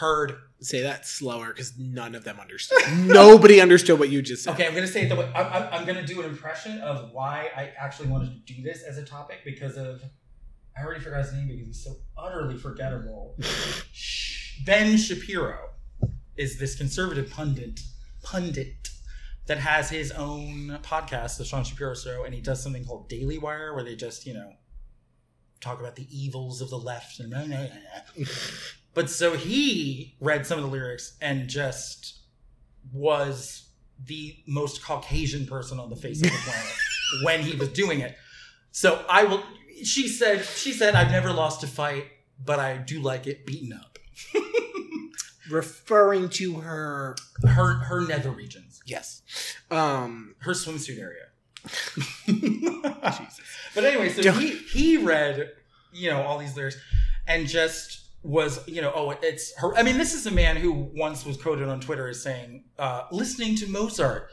Speaker 1: heard.
Speaker 2: Say that slower because none of them understood. Nobody understood what you just said.
Speaker 1: Okay, I'm gonna say it the way I'm, I'm, I'm gonna do an impression of why I actually wanted to do this as a topic because of I already forgot his name because he's so utterly forgettable. Sh- ben Shapiro is this conservative pundit pundit that has his own podcast, the Sean Shapiro Show, and he does something called Daily Wire where they just you know talk about the evils of the left and blah, blah, blah. but so he read some of the lyrics and just was the most Caucasian person on the face of the planet when he was doing it. So I will. She said. She said, "I've never lost a fight, but I do like it beaten up."
Speaker 2: Referring to her.
Speaker 1: Her her nether regions,
Speaker 2: Yes. Um.
Speaker 1: her swimsuit area.
Speaker 2: Jesus.
Speaker 1: But anyway, so
Speaker 2: Don't-
Speaker 1: he he read, you know, all these lyrics, and just was, you know, oh, it's her. I mean, this is a man who once was quoted on Twitter as saying, uh, "Listening to Mozart,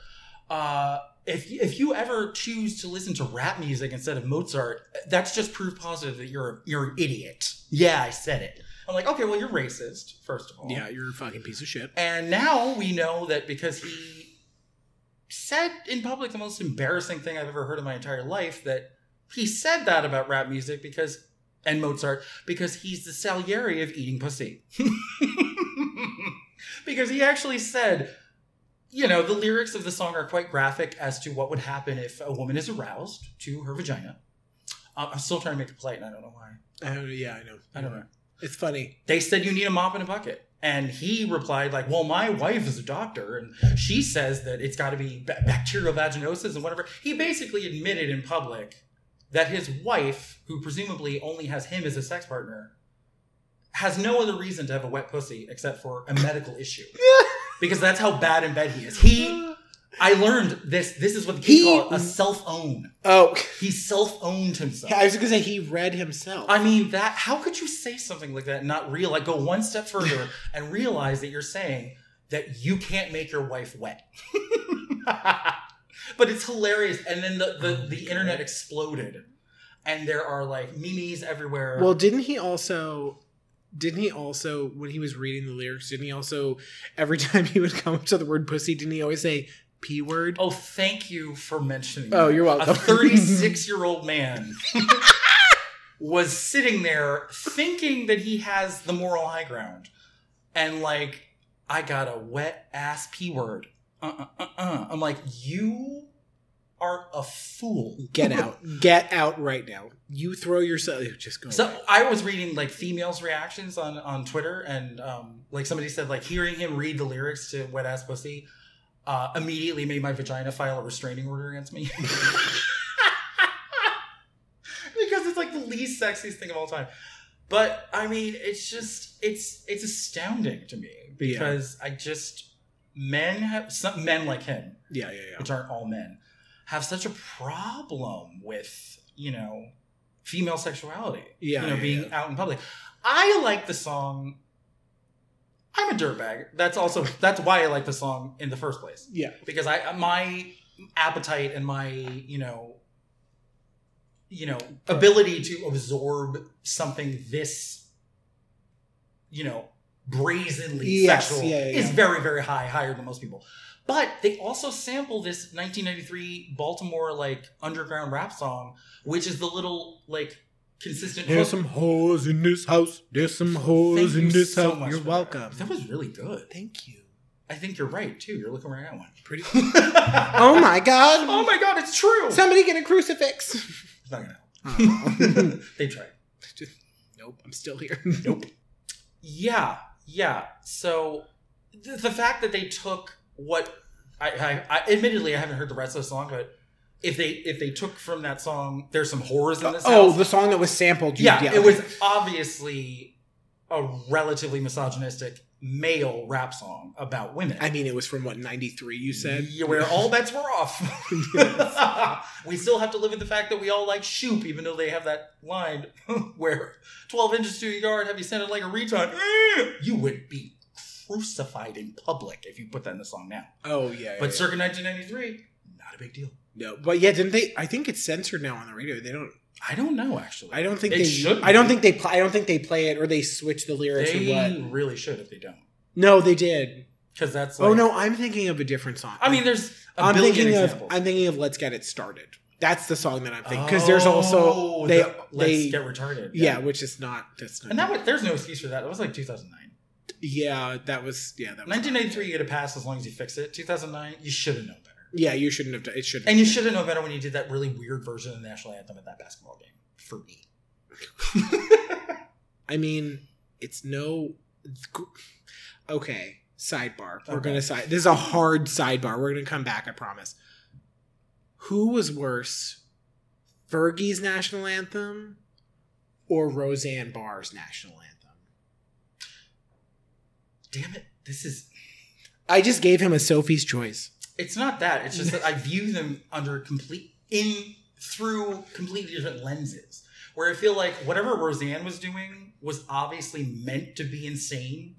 Speaker 1: uh, if if you ever choose to listen to rap music instead of Mozart, that's just proof positive that you're you're an idiot." Yeah, I said it. I'm like, okay, well, you're racist, first of all.
Speaker 2: Yeah, you're a fucking piece of shit.
Speaker 1: And now we know that because he said in public the most embarrassing thing I've ever heard in my entire life, that he said that about rap music because, and Mozart, because he's the Salieri of eating pussy. because he actually said, you know, the lyrics of the song are quite graphic as to what would happen if a woman is aroused to her vagina. Um, I'm still trying to make it polite and I don't know why.
Speaker 2: Oh, yeah, I know.
Speaker 1: I don't know
Speaker 2: It's funny.
Speaker 1: they said you need a mop and a bucket and he replied like well my wife is a doctor and she says that it's got to be ba- bacterial vaginosis and whatever he basically admitted in public that his wife who presumably only has him as a sex partner has no other reason to have a wet pussy except for a medical issue because that's how bad in bed he is he i learned this this is what the kids
Speaker 2: He-
Speaker 1: call it, a self-own
Speaker 2: oh,
Speaker 1: he self-owned himself
Speaker 2: I was gonna say he read himself.
Speaker 1: I mean that. How could you say something like that? And not real. Like go one step further and realize that you're saying that you can't make your wife wet. but it's hilarious. And then the the,
Speaker 2: Oh my
Speaker 1: the
Speaker 2: God.
Speaker 1: internet exploded, and there are like memes everywhere.
Speaker 2: Well, didn't he also? Didn't he also when he was reading the lyrics? Didn't he also every time he would come up to the word pussy? Didn't he always say p word?
Speaker 1: oh, thank you for mentioning.
Speaker 2: Oh,
Speaker 1: that.
Speaker 2: you're welcome.
Speaker 1: a 36 year old man. was sitting there thinking that he has the moral high ground and like i got a wet ass p word uh, uh, uh, uh. i'm like you are a fool
Speaker 2: Get out! Get out right now! You throw yourself. Just go.
Speaker 1: so
Speaker 2: away.
Speaker 1: i was reading like females reactions on on twitter and um like somebody said like hearing him read the lyrics to wet ass pussy uh immediately made my vagina file a restraining order against me because it's like the least sexiest thing of all time but i mean it's just it's it's astounding to me because i just men have some men like him
Speaker 2: Yeah, yeah, yeah.
Speaker 1: which aren't all men, have such a problem with, you know, female sexuality.
Speaker 2: Yeah,
Speaker 1: You know,
Speaker 2: yeah,
Speaker 1: being out in public. I like the song I'm a dirtbag. That's also that's why I like the song in the first place.
Speaker 2: Yeah.
Speaker 1: Because I my appetite and my, you know, you know, ability to absorb something this, you know, brazenly
Speaker 2: Yes,
Speaker 1: sexual
Speaker 2: yeah, yeah,
Speaker 1: is
Speaker 2: yeah.
Speaker 1: very, very high, higher than most people. But they also sample this 1993 Baltimore like underground rap song, which is the little like consistent. hook.
Speaker 2: There's some hoes in this house. There's some hoes
Speaker 1: Thank
Speaker 2: in
Speaker 1: you
Speaker 2: this
Speaker 1: so
Speaker 2: house.
Speaker 1: much
Speaker 2: You're
Speaker 1: for that.
Speaker 2: welcome.
Speaker 1: That was really good.
Speaker 2: Thank you.
Speaker 1: I think you're right too. You're looking right at one.
Speaker 2: Pretty.
Speaker 1: oh
Speaker 2: Oh my god!
Speaker 1: Oh my god! It's true.
Speaker 2: Somebody get a crucifix.
Speaker 1: it's not gonna
Speaker 2: Oh.
Speaker 1: help. they tried.
Speaker 2: nope. I'm still here.
Speaker 1: Nope. Yeah, yeah. So the, the fact that they took what I, I, I admittedly I haven't heard the rest of the song, but if they if they took from that song, there's some horrors in this.
Speaker 2: Oh,
Speaker 1: house.
Speaker 2: the song that was sampled. you-
Speaker 1: yeah, it
Speaker 2: okay.
Speaker 1: was obviously a relatively misogynistic male rap song about women.
Speaker 2: I mean, it was from what ninety three. You said
Speaker 1: Yeah, where all bets were off. we still have to live with the fact that we all like Shoop, even though they have that line where 12 inches to a yard have you sounded like a retard. You would be crucified in public if you put that in the song now.
Speaker 2: Oh yeah, yeah,
Speaker 1: But
Speaker 2: yeah.
Speaker 1: circa 1993, not a big deal.
Speaker 2: no, but yeah, didn't they? I think it's censored now on the radio. They don't.
Speaker 1: I don't know, actually.
Speaker 2: I don't think
Speaker 1: It
Speaker 2: they.
Speaker 1: should
Speaker 2: I don't
Speaker 1: be.
Speaker 2: think they. Pl- I don't think they play it or they switch the lyrics
Speaker 1: they
Speaker 2: or what.
Speaker 1: really should if they don't.
Speaker 2: No, they did.
Speaker 1: Because that's like,
Speaker 2: Oh no, I'm thinking of a different song.
Speaker 1: I mean, there's a
Speaker 2: I'm
Speaker 1: billion
Speaker 2: thinking
Speaker 1: examples.
Speaker 2: of. I'm thinking of. Let's get it started. That's the song that I'm thinking because there's also
Speaker 1: Oh,
Speaker 2: they.
Speaker 1: the- let's
Speaker 2: they
Speaker 1: get retarded.
Speaker 2: yeah, which is not. That's not.
Speaker 1: And that was, there's no excuse for that. That was like 2009.
Speaker 2: yeah, that was. Yeah, that was.
Speaker 1: 1993, you get a pass as long as you fix it. 2009, you should have known better.
Speaker 2: Yeah, you shouldn't have done. It should.
Speaker 1: And you should have known better when you did that really weird version of the national anthem at that basketball game. For me.
Speaker 2: I mean, it's no. Okay, sidebar. We're
Speaker 1: Okay.
Speaker 2: gonna side. This is a hard sidebar. We're gonna come back. I promise. Who was worse, Fergie's national anthem, or Roseanne Barr's national anthem?
Speaker 1: Damn it. This is.
Speaker 2: I just gave him a Sophie's choice.
Speaker 1: It's not that. It's just that I view them under complete. in through completely different lenses. Where I feel like whatever Roseanne was doing was obviously meant to be insane.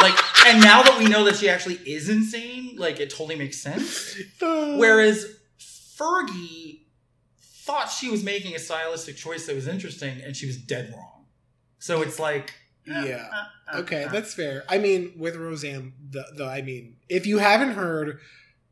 Speaker 1: like, and now that we know that she actually is insane, like, it totally makes sense. Whereas Fergie thought she was making a stylistic choice that was interesting, and she was dead wrong. So it's like,
Speaker 2: Yeah.
Speaker 1: uh, uh,
Speaker 2: Okay,
Speaker 1: uh.
Speaker 2: that's fair. I mean, with Roseanne, the, the I mean, if you haven't heard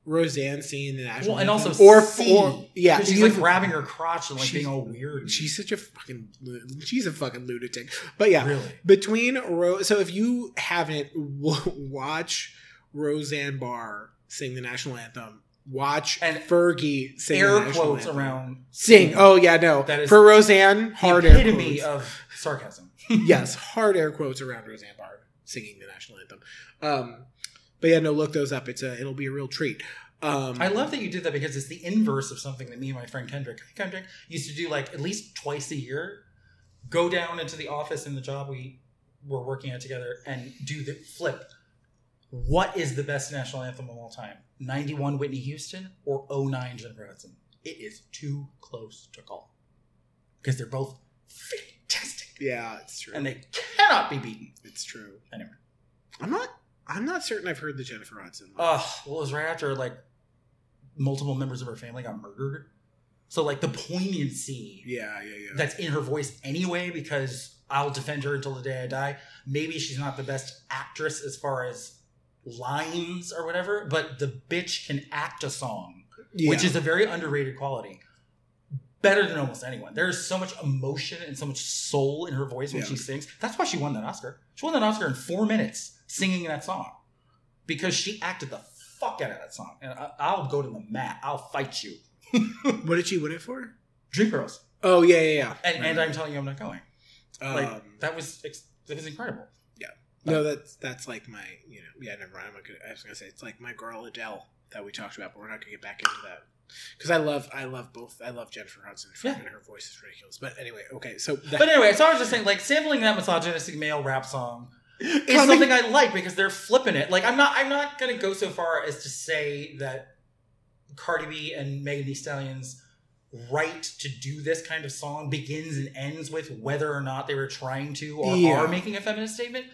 Speaker 2: Roseanne singing the national
Speaker 1: Well, and
Speaker 2: anthem,
Speaker 1: also
Speaker 2: or,
Speaker 1: C,
Speaker 2: or yeah,
Speaker 1: 'cause she's
Speaker 2: you-
Speaker 1: like grabbing her crotch and like
Speaker 2: She's-
Speaker 1: being all weird.
Speaker 2: she's such a fucking lu- she's a fucking lunatic. But yeah,
Speaker 1: really
Speaker 2: between Ro, so if you haven't w- watch Roseanne Barr sing the national anthem, watch
Speaker 1: And
Speaker 2: Fergie sing the
Speaker 1: air
Speaker 2: national
Speaker 1: quotes
Speaker 2: anthem.
Speaker 1: around
Speaker 2: Sing. Oh yeah, no.
Speaker 1: That is
Speaker 2: For Roseanne,
Speaker 1: the
Speaker 2: hard air
Speaker 1: epitome
Speaker 2: quotes.
Speaker 1: of sarcasm.
Speaker 2: yes, hard air quotes around Roseanne Barr singing the national anthem. Um, but yeah, no, look those up. It's a, it'll be a real treat. Um,
Speaker 1: I love that you did that because it's the inverse of something that me and my friend Kendrick hi, Kendrick used to do like at least twice a year. Go down into the office in the job we were working at together and do the flip. What is the best national anthem of all time? 91 Whitney Houston or 09 Jennifer Hudson? It is too close to call. Because they're both fantastic.
Speaker 2: yeah, it's true.
Speaker 1: And they cannot be beaten.
Speaker 2: it's true.
Speaker 1: Anyway.
Speaker 2: I'm not. I'm not certain I've heard the Jennifer Hudson. one.
Speaker 1: Ugh, well, it was right after like multiple members of her family got murdered. So like the poignancy
Speaker 2: yeah, yeah, yeah.
Speaker 1: that's in her voice anyway because I'll defend her until the day I die. Maybe she's not the best actress as far as lines or whatever, but the bitch can act a song,
Speaker 2: yeah.
Speaker 1: which is a very underrated quality. Better than almost anyone. There is so much emotion and so much soul in her voice when
Speaker 2: Yeah.
Speaker 1: she sings. That's why she won that Oscar. She won that Oscar in four minutes singing that song because she acted the fuck out of that song. And I, I'll go to the mat. I'll fight you.
Speaker 2: what did she win it for?
Speaker 1: Dreamgirls.
Speaker 2: Oh yeah, yeah, yeah.
Speaker 1: And, and
Speaker 2: Right.
Speaker 1: I'm telling you, I'm not going. like that was ex- that was incredible.
Speaker 2: Um, No, that's that's like my you know yeah never mind. I'm not gonna, I was gonna say it's like my girl Adele that we talked about, but we're not gonna get back into that because I love I love both I love Jennifer Hudson
Speaker 1: Yeah.
Speaker 2: and her voice is ridiculous. But anyway, okay, so that,
Speaker 1: But anyway, so I was just saying, like sampling that misogynistic male rap song is
Speaker 2: Coming-
Speaker 1: something I like because they're flipping it. Like I'm not I'm not gonna go so far as to say that Cardi B and Megan Thee Stallion's right to do this kind of song begins and ends with whether or not they were trying to or
Speaker 2: Yeah.
Speaker 1: are making a feminist statement.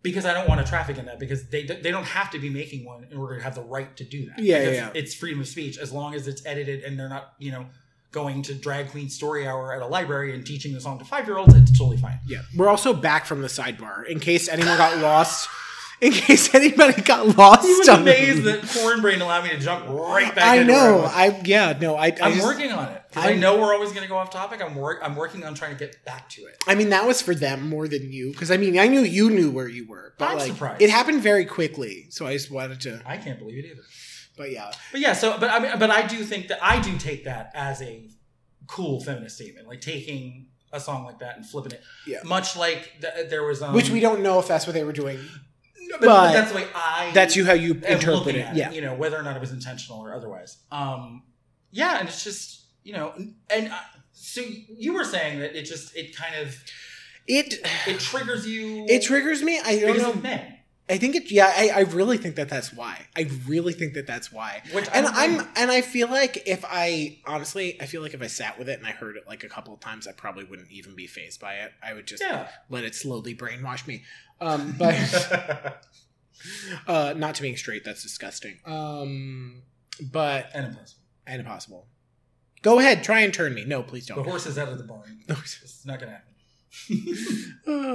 Speaker 1: Because I don't want to traffic in that because they they don't have to be making one in order to have the right to do that.
Speaker 2: Yeah,
Speaker 1: Because
Speaker 2: yeah, yeah.
Speaker 1: It's freedom of speech as long as it's edited and they're not you know going to drag queen story hour at a library and teaching the song to five year olds. It's totally fine.
Speaker 2: yeah, we're also back from the sidebar in case anyone got lost. In case anybody got lost,
Speaker 1: He was
Speaker 2: on-
Speaker 1: amazed that corn brain allowed me to jump right back.
Speaker 2: I
Speaker 1: into where
Speaker 2: know.
Speaker 1: was.
Speaker 2: I yeah no. I I,
Speaker 1: I'm
Speaker 2: just-
Speaker 1: working on it. 'Cause I,
Speaker 2: I'm-
Speaker 1: know we're always going to go off topic. I'm work. I'm working on trying to get back to it.
Speaker 2: I mean, that was for them more than you because I mean, I knew you knew where you were, but
Speaker 1: I'm
Speaker 2: like
Speaker 1: surprised.
Speaker 2: it happened very quickly, so I just wanted to.
Speaker 1: I can't believe it either.
Speaker 2: But yeah,
Speaker 1: But yeah. So, but I mean, but I do think that I do take that as a cool feminist statement, like taking a song like that and flipping it.
Speaker 2: Yeah.
Speaker 1: Much like th- there was, um,
Speaker 2: which we don't know if that's what they were doing.
Speaker 1: No, but,
Speaker 2: but
Speaker 1: that's the way I.
Speaker 2: That's you how you
Speaker 1: am
Speaker 2: interpret
Speaker 1: looking
Speaker 2: it.
Speaker 1: at
Speaker 2: Yeah,
Speaker 1: You know, whether or not it was intentional or otherwise. Um, yeah, and it's just you know, and I, so you were saying that it just it kind of
Speaker 2: it
Speaker 1: it triggers you.
Speaker 2: it triggers me. I don't
Speaker 1: because
Speaker 2: know.
Speaker 1: of men.
Speaker 2: I think it. Yeah, I, I really think that that's why. I really think that that's why.
Speaker 1: Which
Speaker 2: And
Speaker 1: don't
Speaker 2: I'm
Speaker 1: blame
Speaker 2: and I feel like if I honestly, I feel like if I sat with it and I heard it like a couple of times, I probably wouldn't even be phased by it. I would
Speaker 1: you.
Speaker 2: just
Speaker 1: yeah.
Speaker 2: let it slowly brainwash me. Um, but uh, not to being straight, that's disgusting. Um, but
Speaker 1: and impossible.
Speaker 2: and impossible. Go ahead, try and turn me. No, please
Speaker 1: The
Speaker 2: don't.
Speaker 1: horse is out of the barn. It's not gonna happen.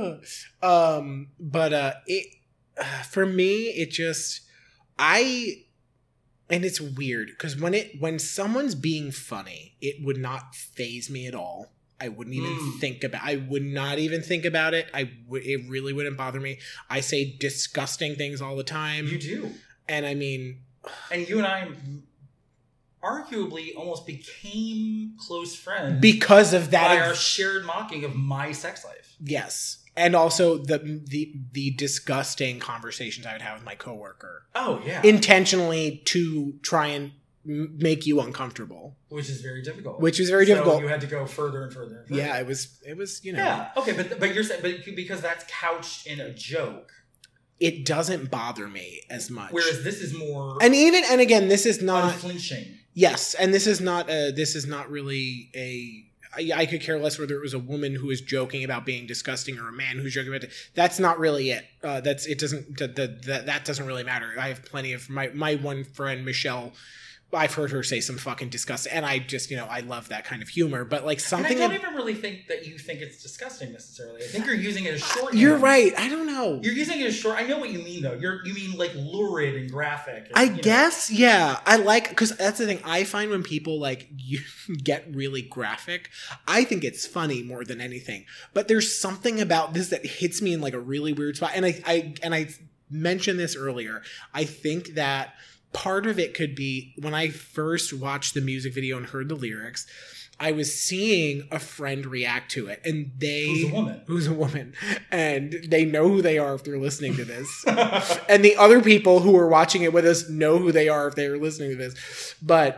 Speaker 2: um but uh it uh, for me it just i and it's weird because when it when someone's being funny it would not phase me at all i wouldn't even
Speaker 1: Mm.
Speaker 2: think about i would not even think about it I would. it really wouldn't bother me i say disgusting things all the time
Speaker 1: you do.
Speaker 2: and i mean
Speaker 1: And you and I arguably almost became close friends
Speaker 2: because of that
Speaker 1: by
Speaker 2: ex-
Speaker 1: our shared mocking of my sex life.
Speaker 2: yes and also the the the disgusting conversations i would have with my coworker
Speaker 1: Oh yeah.
Speaker 2: intentionally to try and m- make you uncomfortable,
Speaker 1: which is very difficult.
Speaker 2: which is very
Speaker 1: So
Speaker 2: difficult.
Speaker 1: You had to go further and further. And further.
Speaker 2: yeah, it was. It was. You know,
Speaker 1: Yeah. Okay, but but you're saying but because that's couched in a joke,
Speaker 2: it doesn't bother me as much.
Speaker 1: whereas this is more
Speaker 2: and even and again, this is not.
Speaker 1: unflinching.
Speaker 2: Yes, and this is not. A, this is not really a. I, I could care less whether it was a woman who was joking about being disgusting or a man who's joking about. That's not really it. Uh, that's it doesn't that that that doesn't really matter. I have plenty of my my one friend Michelle. I've heard her say some fucking disgust, and I just you know I love that kind of humor. But like
Speaker 1: And
Speaker 2: something
Speaker 1: I don't
Speaker 2: ab-
Speaker 1: even really think that you think it's disgusting necessarily. I think you're using it as short.
Speaker 2: You're right. I don't know.
Speaker 1: You're using it as short. I know what you mean though. You're you mean like lurid and graphic. and,
Speaker 2: I
Speaker 1: you know.
Speaker 2: guess, yeah. I like because that's the thing. I find when people like you get really graphic, I think it's funny more than anything. But there's something about this that hits me in like a really weird spot. And I, I and I mentioned this earlier. I think that part of it could be when I first watched the music video and heard the lyrics. I was seeing a friend react to it, and they
Speaker 1: who's a woman.
Speaker 2: who's a woman, and they know who they are if they're listening to this. and the other people who were watching it with us know who they are if they were listening to this. But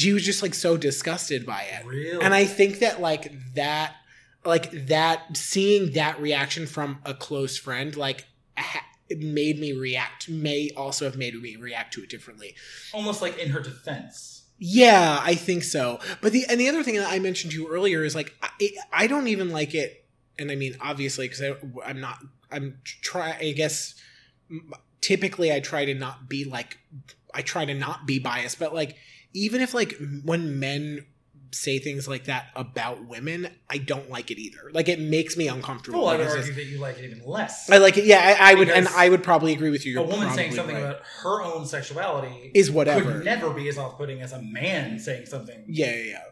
Speaker 2: she was just like so disgusted by it.
Speaker 1: really?
Speaker 2: And I think that like that, like that, seeing that reaction from a close friend, like ha- it made me react, may also have made me react to it differently.
Speaker 1: almost like in her defense.
Speaker 2: Yeah, I think so. But the and the other thing that I mentioned to you earlier is like I, it, I don't even like it, and I mean obviously because I'm not I'm try I guess m- typically I try to not be like I try to not be biased, but like even if like m- when men say things like that about women, I don't like it either. Like it makes me uncomfortable.
Speaker 1: Well, Oh, I
Speaker 2: Like,
Speaker 1: would
Speaker 2: it's
Speaker 1: argue
Speaker 2: just-
Speaker 1: that you like it even less.
Speaker 2: I like it. Yeah, I, I would, and
Speaker 1: Because
Speaker 2: I would probably agree with you.
Speaker 1: a
Speaker 2: You're
Speaker 1: woman saying
Speaker 2: probably
Speaker 1: something
Speaker 2: right.
Speaker 1: about her own sexuality
Speaker 2: is whatever.
Speaker 1: could never be as off-putting as a man saying something
Speaker 2: yeah, yeah, yeah.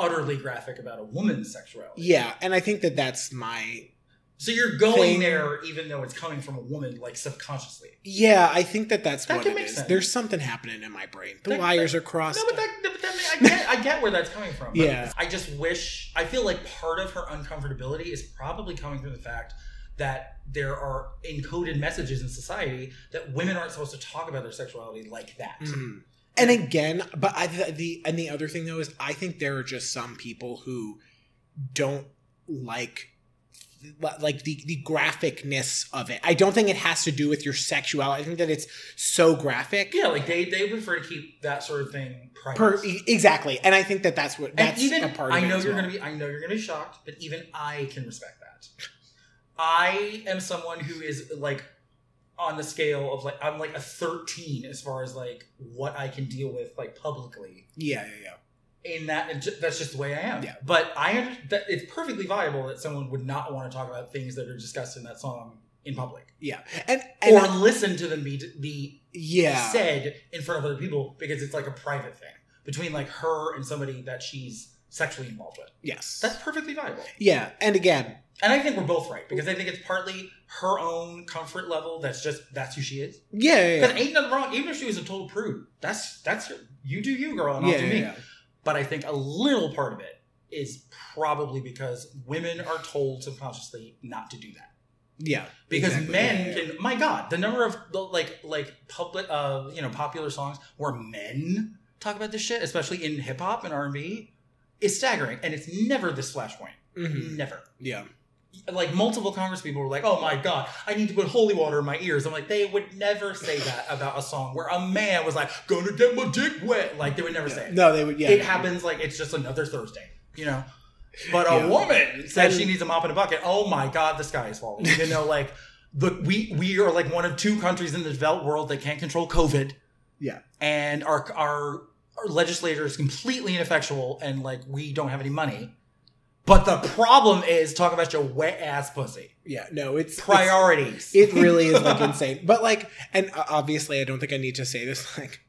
Speaker 1: utterly graphic about a woman's sexuality.
Speaker 2: Yeah, and I think that that's my
Speaker 1: So you're going
Speaker 2: Thing.
Speaker 1: there even though it's coming from a woman, like subconsciously.
Speaker 2: yeah. I think that that's
Speaker 1: That
Speaker 2: what
Speaker 1: can
Speaker 2: it
Speaker 1: make
Speaker 2: is.
Speaker 1: sense.
Speaker 2: There's something happening in my brain. The
Speaker 1: That-
Speaker 2: wires are
Speaker 1: No,
Speaker 2: crossed.
Speaker 1: but that, but that I get, I get where that's coming from. But
Speaker 2: Yeah.
Speaker 1: I just wish. I feel like part of her uncomfortability is probably coming from the fact that there are encoded messages in society that women aren't supposed to talk about their sexuality like that.
Speaker 2: Mhm. And again, but I, the, the and the other thing though is I think there are just some people who don't like like the the graphicness of it. I don't think it has to do with your sexuality. I think that it's so graphic.
Speaker 1: Yeah, like they they prefer to keep that sort of thing private.
Speaker 2: Per, e- exactly, and I think that that's what
Speaker 1: and
Speaker 2: that's
Speaker 1: even
Speaker 2: a part of
Speaker 1: I
Speaker 2: it
Speaker 1: know
Speaker 2: as
Speaker 1: you're
Speaker 2: well.
Speaker 1: gonna be I know you're gonna be shocked, but even I can respect that. I am someone who is like on the scale of like I'm like a 13 as far as like what I can deal with like publicly.
Speaker 2: yeah, yeah, yeah.
Speaker 1: In that and ju- that's just the way I am.
Speaker 2: Yeah.
Speaker 1: But I under- that it's perfectly viable that someone would not want to talk about things that are discussed in that song in public
Speaker 2: Yeah, and, and
Speaker 1: or listen to them be, be
Speaker 2: yeah,
Speaker 1: said in front of other people because it's like a private thing between like her and somebody that she's sexually involved with.
Speaker 2: yes,
Speaker 1: That's perfectly viable.
Speaker 2: yeah, and again,
Speaker 1: And I think we're both right because I think it's partly her own comfort level. That's just that's who she is.
Speaker 2: Yeah, yeah,
Speaker 1: Because
Speaker 2: yeah.
Speaker 1: ain't nothing wrong. Even if she was a total prude, that's that's your, you do you, girl, and
Speaker 2: yeah,
Speaker 1: I'll do
Speaker 2: yeah,
Speaker 1: me.
Speaker 2: yeah.
Speaker 1: But I think a little part of it is probably because women are told subconsciously not to do that.
Speaker 2: Yeah,
Speaker 1: Because
Speaker 2: exactly.
Speaker 1: men
Speaker 2: Yeah, yeah, yeah.
Speaker 1: can, my God, the number of the, like like public uh you know popular songs where men talk about this shit, especially in hip hop and R and B, is staggering, and it's never this flashpoint.
Speaker 2: Mhm.
Speaker 1: Never.
Speaker 2: yeah,
Speaker 1: like multiple Congress people were like, "Oh my god, I need to put holy water in my ears." I'm like, they would never say that about a song where a man was like, "Gonna get my dick wet." Like they would never say it.
Speaker 2: No, they would. Yeah,
Speaker 1: It happens like it's just another Thursday, you know. But a
Speaker 2: Yeah.
Speaker 1: woman said
Speaker 2: And-
Speaker 1: she needs a mop and a bucket. Oh my god, the sky is falling. You know, like the we we are like one of two countries in the developed world that can't control COVID.
Speaker 2: Yeah.
Speaker 1: and our our, our legislator is completely ineffectual, and like we don't have any money. But the problem is, talk about your wet ass pussy
Speaker 2: yeah. No, it's it's-
Speaker 1: priorities.
Speaker 2: It really is like insane. But like, and uh, obviously, I don't think I need to say this. Like,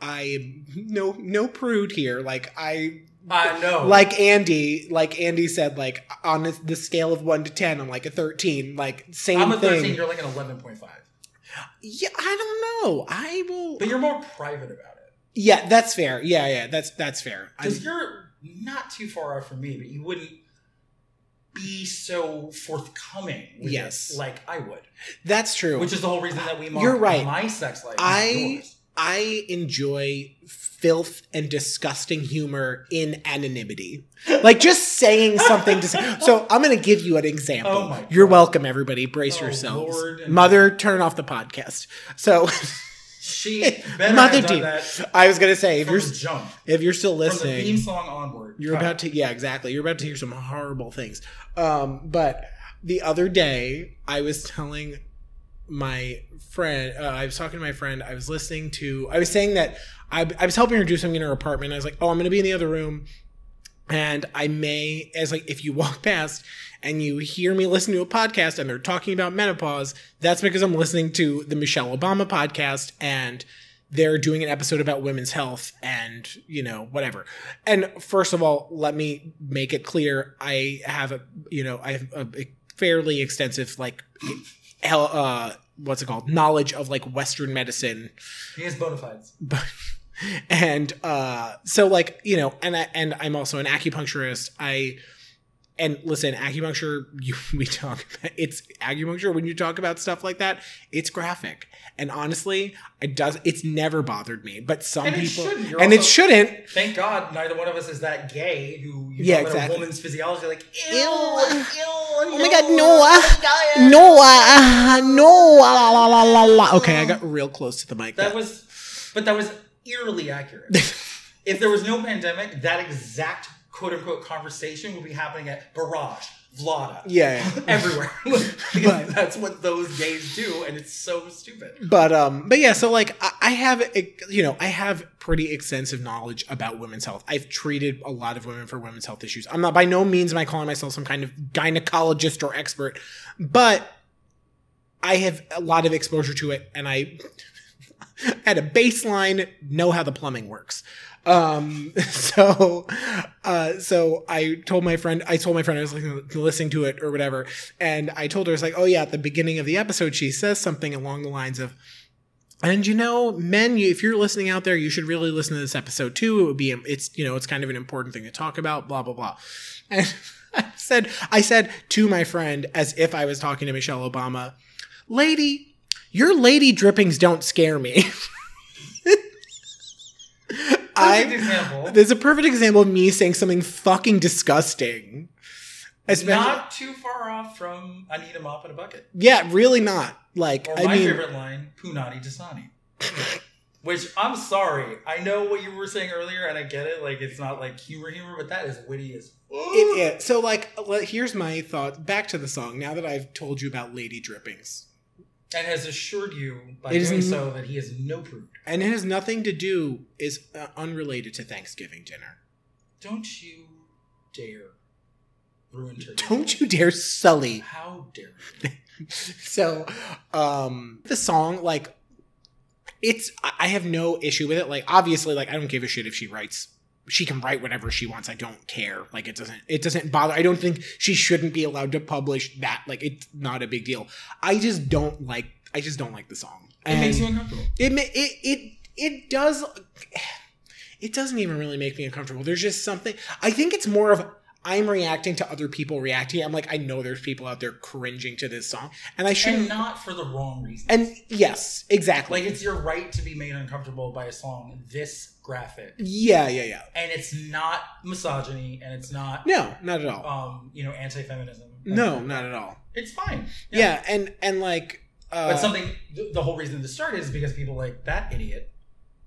Speaker 2: I am no no prude here. Like I
Speaker 1: I know.
Speaker 2: like Andy. Like Andy said. Like on this- the scale of one to ten, I'm like a thirteen. Like same
Speaker 1: I'm a
Speaker 2: thing.
Speaker 1: 13, you're like an 11.5.
Speaker 2: yeah, I don't know. I will.
Speaker 1: But you're more private about it.
Speaker 2: yeah, that's fair. Yeah, yeah, that's that's fair. I'm-
Speaker 1: Because you're not too far off from me, but you wouldn't be so forthcoming with
Speaker 2: Yes.
Speaker 1: it like I would.
Speaker 2: that's true.
Speaker 1: Which is the whole reason that we mark
Speaker 2: You're right.
Speaker 1: my sex life.
Speaker 2: I-
Speaker 1: not yours.
Speaker 2: I enjoy filth and disgusting humor in anonymity. Like just saying something. Dis- so I'm going to give you an example.
Speaker 1: Oh my
Speaker 2: You're
Speaker 1: God.
Speaker 2: welcome, everybody. Brace
Speaker 1: Oh,
Speaker 2: yourselves.
Speaker 1: Lord and-
Speaker 2: Mother, turn off the podcast. So
Speaker 1: She better
Speaker 2: Mother
Speaker 1: have done
Speaker 2: deep.
Speaker 1: that from
Speaker 2: I was going to say, if you're
Speaker 1: the jump.
Speaker 2: if you're still
Speaker 1: From the theme
Speaker 2: listening,
Speaker 1: song onward.
Speaker 2: you're about to yeah, exactly. You're about to hear some horrible things. Um, but the other day, I was telling my friend uh, i was talking to my friend i was listening to i was saying that I, I was helping her do something in her apartment i was like oh i'm gonna be in the other room and i may as like if you walk past and you hear me listen to a podcast and they're talking about menopause that's because i'm listening to the michelle obama podcast and they're doing an episode about women's health and you know whatever and first of all let me make it clear i have a you know i have a fairly extensive like hell uh what's it called knowledge of like western medicine
Speaker 1: He has bona fides.
Speaker 2: but and uh so like you know and I, and i'm also an acupuncturist i and listen acupuncture you we talk about it's acupuncture when you talk about stuff like that it's graphic and honestly it does it's never bothered me but some
Speaker 1: And it
Speaker 2: people
Speaker 1: shouldn't. You're
Speaker 2: and it
Speaker 1: also-
Speaker 2: shouldn't
Speaker 1: Thank God neither one of us is that gay who you
Speaker 2: Yeah,
Speaker 1: talk about
Speaker 2: exactly.
Speaker 1: a woman's physiology like ew,
Speaker 2: Ew.
Speaker 1: ew,
Speaker 2: Oh my god, no, uh, no, uh, no, uh, la, la, la, la, la. Okay, I got real close to the mic.
Speaker 1: That was, but that was eerily accurate. if there was no pandemic, that exact quote unquote conversation would be happening at Barrage, Vlada,
Speaker 2: yeah, yeah.
Speaker 1: everywhere.
Speaker 2: But-
Speaker 1: that's what those gays do, and it's so stupid.
Speaker 2: but um but yeah so like I, I have a- you know i have pretty extensive knowledge about women's health i've treated a lot of women for women's health issues i'm not by no means am i calling myself some kind of gynecologist or expert but i have a lot of exposure to it and i at a baseline know how the plumbing works um so uh so i told my friend i told my friend i was listening, listening to it or whatever and i told her it's like oh yeah at the beginning of the episode she says something along the lines of and you know men you, if you're listening out there you should really listen to this episode too it would be um, it's you know it's kind of an important thing to talk about blah blah blah and i said i said to my friend as if i was talking to michelle obama lady your lady drippings don't scare me
Speaker 1: Perfect
Speaker 2: i
Speaker 1: example.
Speaker 2: there's a perfect example of me saying something fucking disgusting. Especially,
Speaker 1: Not too far off from I need a mop and a bucket.
Speaker 2: yeah, really not. Like,
Speaker 1: Or
Speaker 2: I
Speaker 1: my
Speaker 2: mean,
Speaker 1: favorite line, Punani Dasani. Which I'm sorry, I know what you were saying earlier, and I get it. Like it's not like humor, humor, but that is witty as
Speaker 2: it is. So, like, le- here's my thought. Back to the song. Now that I've told you about lady drippings,
Speaker 1: and has assured you by
Speaker 2: It is
Speaker 1: doing
Speaker 2: n-
Speaker 1: so that he is no prude.
Speaker 2: and it has nothing to do is uh, unrelated to Thanksgiving dinner.
Speaker 1: Don't you dare ruin turkey.
Speaker 2: Don't you dare sully.
Speaker 1: How dare
Speaker 2: so, um, the song like. It's I I have no issue with it. Like obviously, like I don't give a shit if she writes she can write whatever she wants. I don't care. Like it doesn't it doesn't bother. I don't think she shouldn't be allowed to publish that. Like it's not a big deal. I just don't like I just don't like the song.
Speaker 1: you? It makes you
Speaker 2: And
Speaker 1: uncomfortable.
Speaker 2: it ma- it it it does it doesn't even really make me uncomfortable. There's just something I think it's more of I'm reacting to other people reacting. I'm like I know there's people out there cringing to this song and I
Speaker 1: And
Speaker 2: shouldn't
Speaker 1: not for the wrong reason.
Speaker 2: and yes, exactly.
Speaker 1: like it's your right to be made uncomfortable by a song this graphic.
Speaker 2: yeah, yeah, yeah.
Speaker 1: And it's not misogyny and it's not
Speaker 2: No, not at all.
Speaker 1: Oh. um, you know, anti feminism.
Speaker 2: No, not at all.
Speaker 1: It's fine.
Speaker 2: Yeah, and and like uh,
Speaker 1: But something, th- the whole reason this started is because people like that idiot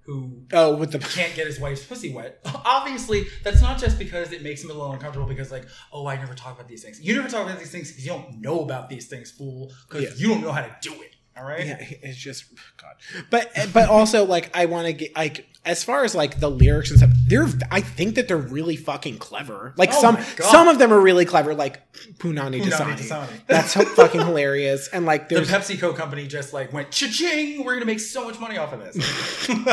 Speaker 1: who
Speaker 2: oh with the
Speaker 1: can't get his wife's pussy wet. Obviously, that's not just because it makes him a little uncomfortable because, like, oh, I never talk about these things. You never talk about these things because you don't know about these things, fool, because
Speaker 2: Yeah.
Speaker 1: you don't know how to do it. All right?
Speaker 2: yeah, it's just God. But but also like I want to get like as far as like the lyrics and stuff, they're I think that they're really fucking clever. Like
Speaker 1: Oh
Speaker 2: some
Speaker 1: my God.
Speaker 2: some of them are really clever. Like Punani
Speaker 1: Who not be
Speaker 2: Dasani.
Speaker 1: Dasani?
Speaker 2: That's so fucking hilarious. And like
Speaker 1: the
Speaker 2: there's
Speaker 1: PepsiCo company just like went cha-ching. We're gonna make so much money off of this
Speaker 2: Then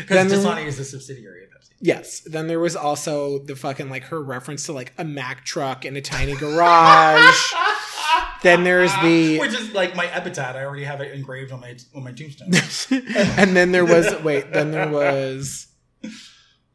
Speaker 1: because
Speaker 2: there-
Speaker 1: Dasani is a subsidiary of Pepsi.
Speaker 2: yes. Then there was also the fucking like her reference to like a Mack truck in a tiny garage. Then there's the-
Speaker 1: which is like my epitaph. I already have it engraved on my on my tombstone.
Speaker 2: and then there was wait. Then there was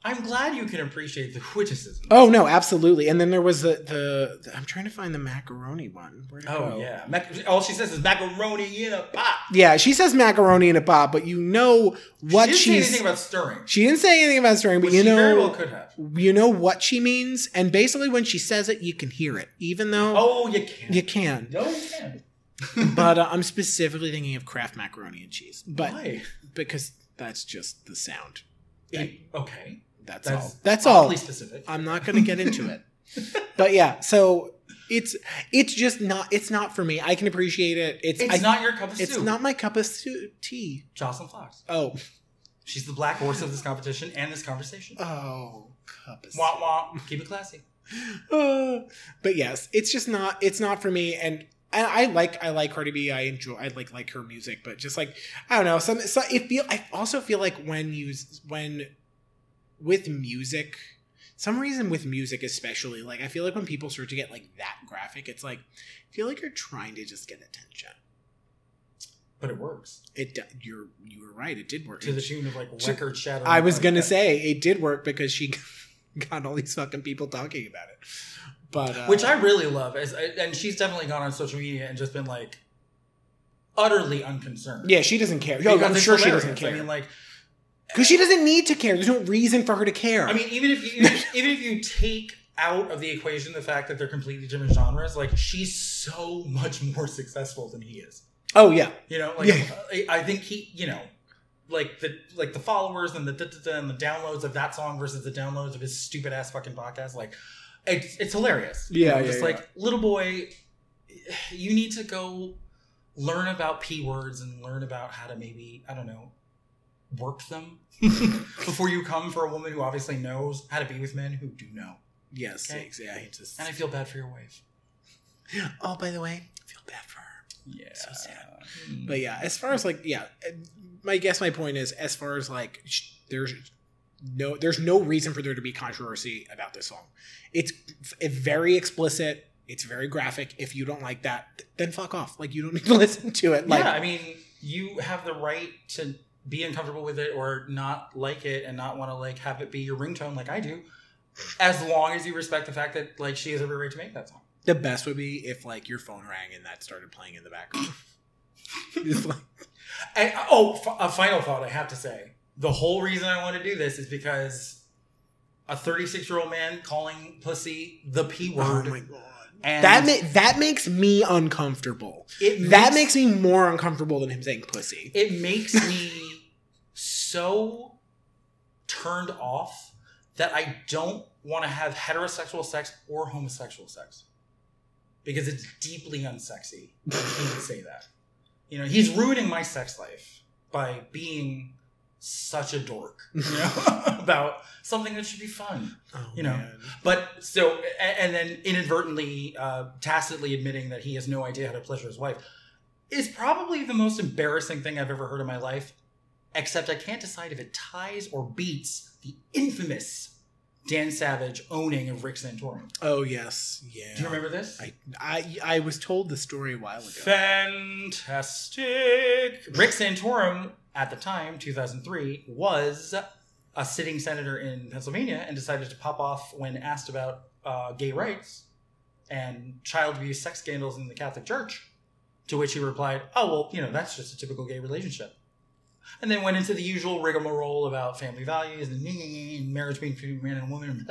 Speaker 1: I'm glad you can appreciate the witticism.
Speaker 2: oh no absolutely. And then there was the the, I'm trying to find the macaroni one. Where'd it
Speaker 1: Oh
Speaker 2: go?
Speaker 1: yeah, Mac- all she says is macaroni in a pot.
Speaker 2: Yeah, she says macaroni and a pot, but you know what
Speaker 1: she didn't say
Speaker 2: she's.
Speaker 1: anything about stirring.
Speaker 2: she didn't say anything about stirring, but
Speaker 1: Which
Speaker 2: you
Speaker 1: she very
Speaker 2: know,
Speaker 1: well could have.
Speaker 2: you know what she means. And basically, when she says it, you can hear it, even though
Speaker 1: Oh, you can't.
Speaker 2: you can.
Speaker 1: No, you can't.
Speaker 2: But uh, I'm specifically thinking of Kraft macaroni and cheese, but
Speaker 1: Why?
Speaker 2: because that's just the sound.
Speaker 1: okay,
Speaker 2: That's,
Speaker 1: that's
Speaker 2: all. That's all.
Speaker 1: oddly specific.
Speaker 2: I'm not going to get into it. but yeah, so it's it's just not it's not for me. I can appreciate it. It's
Speaker 1: It's
Speaker 2: I,
Speaker 1: not your cup of
Speaker 2: it's
Speaker 1: soup.
Speaker 2: not my cup of su- tea.
Speaker 1: Jocelyn Fox.
Speaker 2: Oh
Speaker 1: She's the black horse of this competition and this conversation.
Speaker 2: oh cup of
Speaker 1: Wah wah. Keep it classy.
Speaker 2: Uh, but yes, it's just not it's not for me and I, I like I like Cardi B. I enjoy I like like her music, but just like I don't know, some so it feel I also feel like when you s- when with music some reason with music especially like I feel like when people start to get like that graphic, it's like I feel like you're trying to just get attention.
Speaker 1: But it works.
Speaker 2: It do- you're you were right. It did work.
Speaker 1: To the tune of like
Speaker 2: To-
Speaker 1: record shattering.
Speaker 2: I was
Speaker 1: like
Speaker 2: gonna
Speaker 1: that.
Speaker 2: say it did work because she got all these fucking people talking about it, but uh,
Speaker 1: Which I really love. Is, and she's definitely gone on social media and just been like utterly unconcerned.
Speaker 2: Yeah, she doesn't care. Yo,
Speaker 1: Because
Speaker 2: I'm
Speaker 1: it's
Speaker 2: sure she
Speaker 1: hilarious.
Speaker 2: doesn't
Speaker 1: I mean,
Speaker 2: care.
Speaker 1: like,
Speaker 2: Because she doesn't need to care. There's no reason for her to care.
Speaker 1: I mean, even if you even if you take out of the equation the fact that they're completely different genres, like she's so much more successful than he is.
Speaker 2: oh yeah,
Speaker 1: You know, like
Speaker 2: Yeah.
Speaker 1: I, I think he, you know, like the like the followers and the da, da, da, and the downloads of that song versus the downloads of his stupid ass fucking podcast, like it's it's hilarious. You
Speaker 2: Yeah,
Speaker 1: know,
Speaker 2: yeah,
Speaker 1: just
Speaker 2: yeah.
Speaker 1: like little boy, you need to go learn about p words and learn about how to maybe I don't know work them before you come for a woman who obviously knows how to be with men who do know.
Speaker 2: yes,
Speaker 1: Okay.
Speaker 2: yes, yeah. I Just,
Speaker 1: And I feel bad for your wife.
Speaker 2: oh, by the way, I feel bad for her.
Speaker 1: Yeah,
Speaker 2: So sad.
Speaker 1: Mm.
Speaker 2: But yeah, as far as like yeah, eh, my guess, my point is, as far as like sh- there's no there's no reason for there to be controversy about this song. It's f- very explicit. It's very graphic. If you don't like that, th- then fuck off. Like you don't need to listen to it. Like
Speaker 1: yeah, I mean, you have the right to be uncomfortable with it or not like it and not want to like have it be your ringtone like I do, as long as you respect the fact that like she has every right to make that song.
Speaker 2: the best would be if like your phone rang and that started playing in the background. It's like-
Speaker 1: And, oh, f- a final thought I have to say: the whole reason I want to do this is because a 36 year old man calling pussy the p word.
Speaker 2: Oh my god.
Speaker 1: and
Speaker 2: That ma- that makes me uncomfortable.
Speaker 1: it
Speaker 2: That makes me more uncomfortable than him saying pussy.
Speaker 1: it makes me so turned off that I don't want to have heterosexual sex or homosexual sex because it's deeply unsexy. that He would say that. You know, he's ruining my sex life by being such a dork you know, about something that should be fun.
Speaker 2: Oh,
Speaker 1: You know.
Speaker 2: man.
Speaker 1: But so, a- and then inadvertently, uh, tacitly admitting that he has no idea how to pleasure his wife is probably the most embarrassing thing I've ever heard in my life. Except I can't decide if it ties or beats the infamous Dan Savage owning of Rick Santorum.
Speaker 2: Oh yes, yeah.
Speaker 1: Do you remember this?
Speaker 2: I, I I was told the story a while ago.
Speaker 1: Fantastic. Rick Santorum, at the time, 2003, was a sitting senator in Pennsylvania and decided to pop off when asked about uh, gay rights and child abuse sex scandals in the Catholic Church. To which he replied, Oh, well, you know, that's just a typical gay relationship. And then went into the usual rigmarole about family values and marriage between man and woman.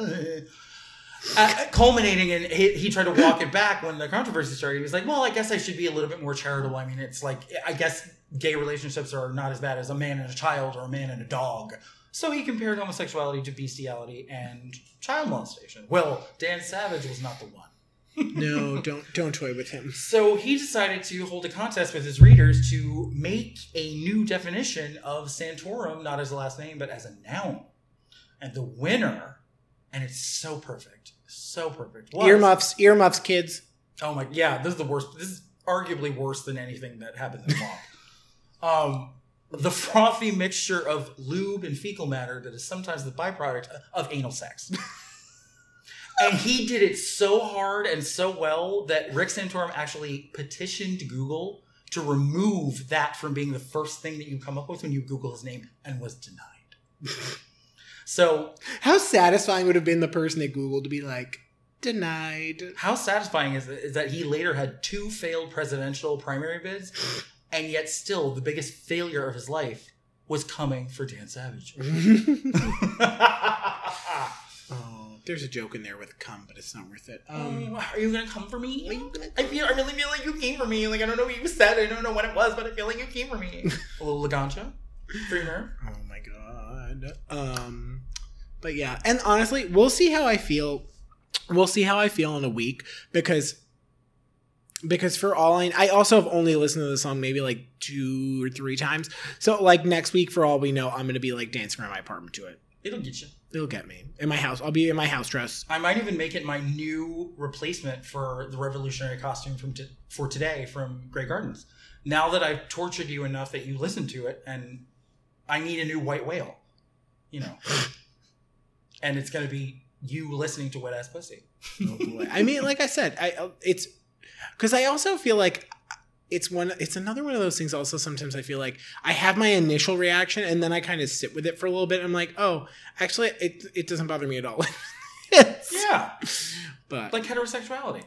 Speaker 1: uh, culminating in he, he tried to walk it back when the controversy started. He was like, "Well, I guess I should be a little bit more charitable. I mean, it's like I guess gay relationships are not as bad as a man and a child or a man and a dog." So he compared homosexuality to bestiality and child molestation. Well, Dan Savage was not the one.
Speaker 2: No, don't don't toy with him.
Speaker 1: So he decided to hold a contest with his readers to make a new definition of Santorum, not as a last name, but as a noun. And the winner, and it's so perfect, so perfect. was-
Speaker 2: Earmuffs, earmuffs, kids.
Speaker 1: Oh my, yeah, this is the worst. This is arguably worse than anything that happened in Womp. um, the frothy mixture of lube and fecal matter that is sometimes the byproduct of anal sex. and he did it so hard and so well that Rick Santorum actually petitioned Google to remove that from being the first thing that you come up with when you Google his name and was denied. so
Speaker 2: How satisfying would have been the person at Google to be like denied?
Speaker 1: How satisfying is, is that he later had two failed presidential primary bids, and yet still the biggest failure of his life was coming for Dan Savage.
Speaker 2: Um, oh, there's a joke in there with cum, but it's not worth it.
Speaker 1: um,
Speaker 2: Um,
Speaker 1: are you gonna come for me?
Speaker 2: are you gonna-
Speaker 1: I feel I really feel like you came for me. Like I don't know what you said, I don't know what it was, but I feel like you came for me. A little Lagancha, dreamer.
Speaker 2: oh my god. Um, but yeah, and honestly, we'll see how I feel. We'll see how I feel in a week because because for all I, I also have only listened to the song maybe like two or three times. So like next week, for all we know, I'm gonna be like dancing around my apartment to it.
Speaker 1: It'll get you.
Speaker 2: It'll get me in my house. I'll be in my house dress.
Speaker 1: I might even make it my new replacement for the revolutionary costume from t- for today from Grey Gardens. Now that I've tortured you enough that you listen to it, and I need a new white whale, you know, and it's going to be you listening to Wet Ass Pussy.
Speaker 2: Oh boy. I mean, like I said, I uh, it's because I also feel like it's one. It's another one of those things. Also, sometimes I feel like I have my initial reaction, and then I kind of sit with it for a little bit. And I'm like, oh, actually, it it doesn't bother me at all. It's-
Speaker 1: Yeah,
Speaker 2: but Ah,
Speaker 1: like heterosexuality.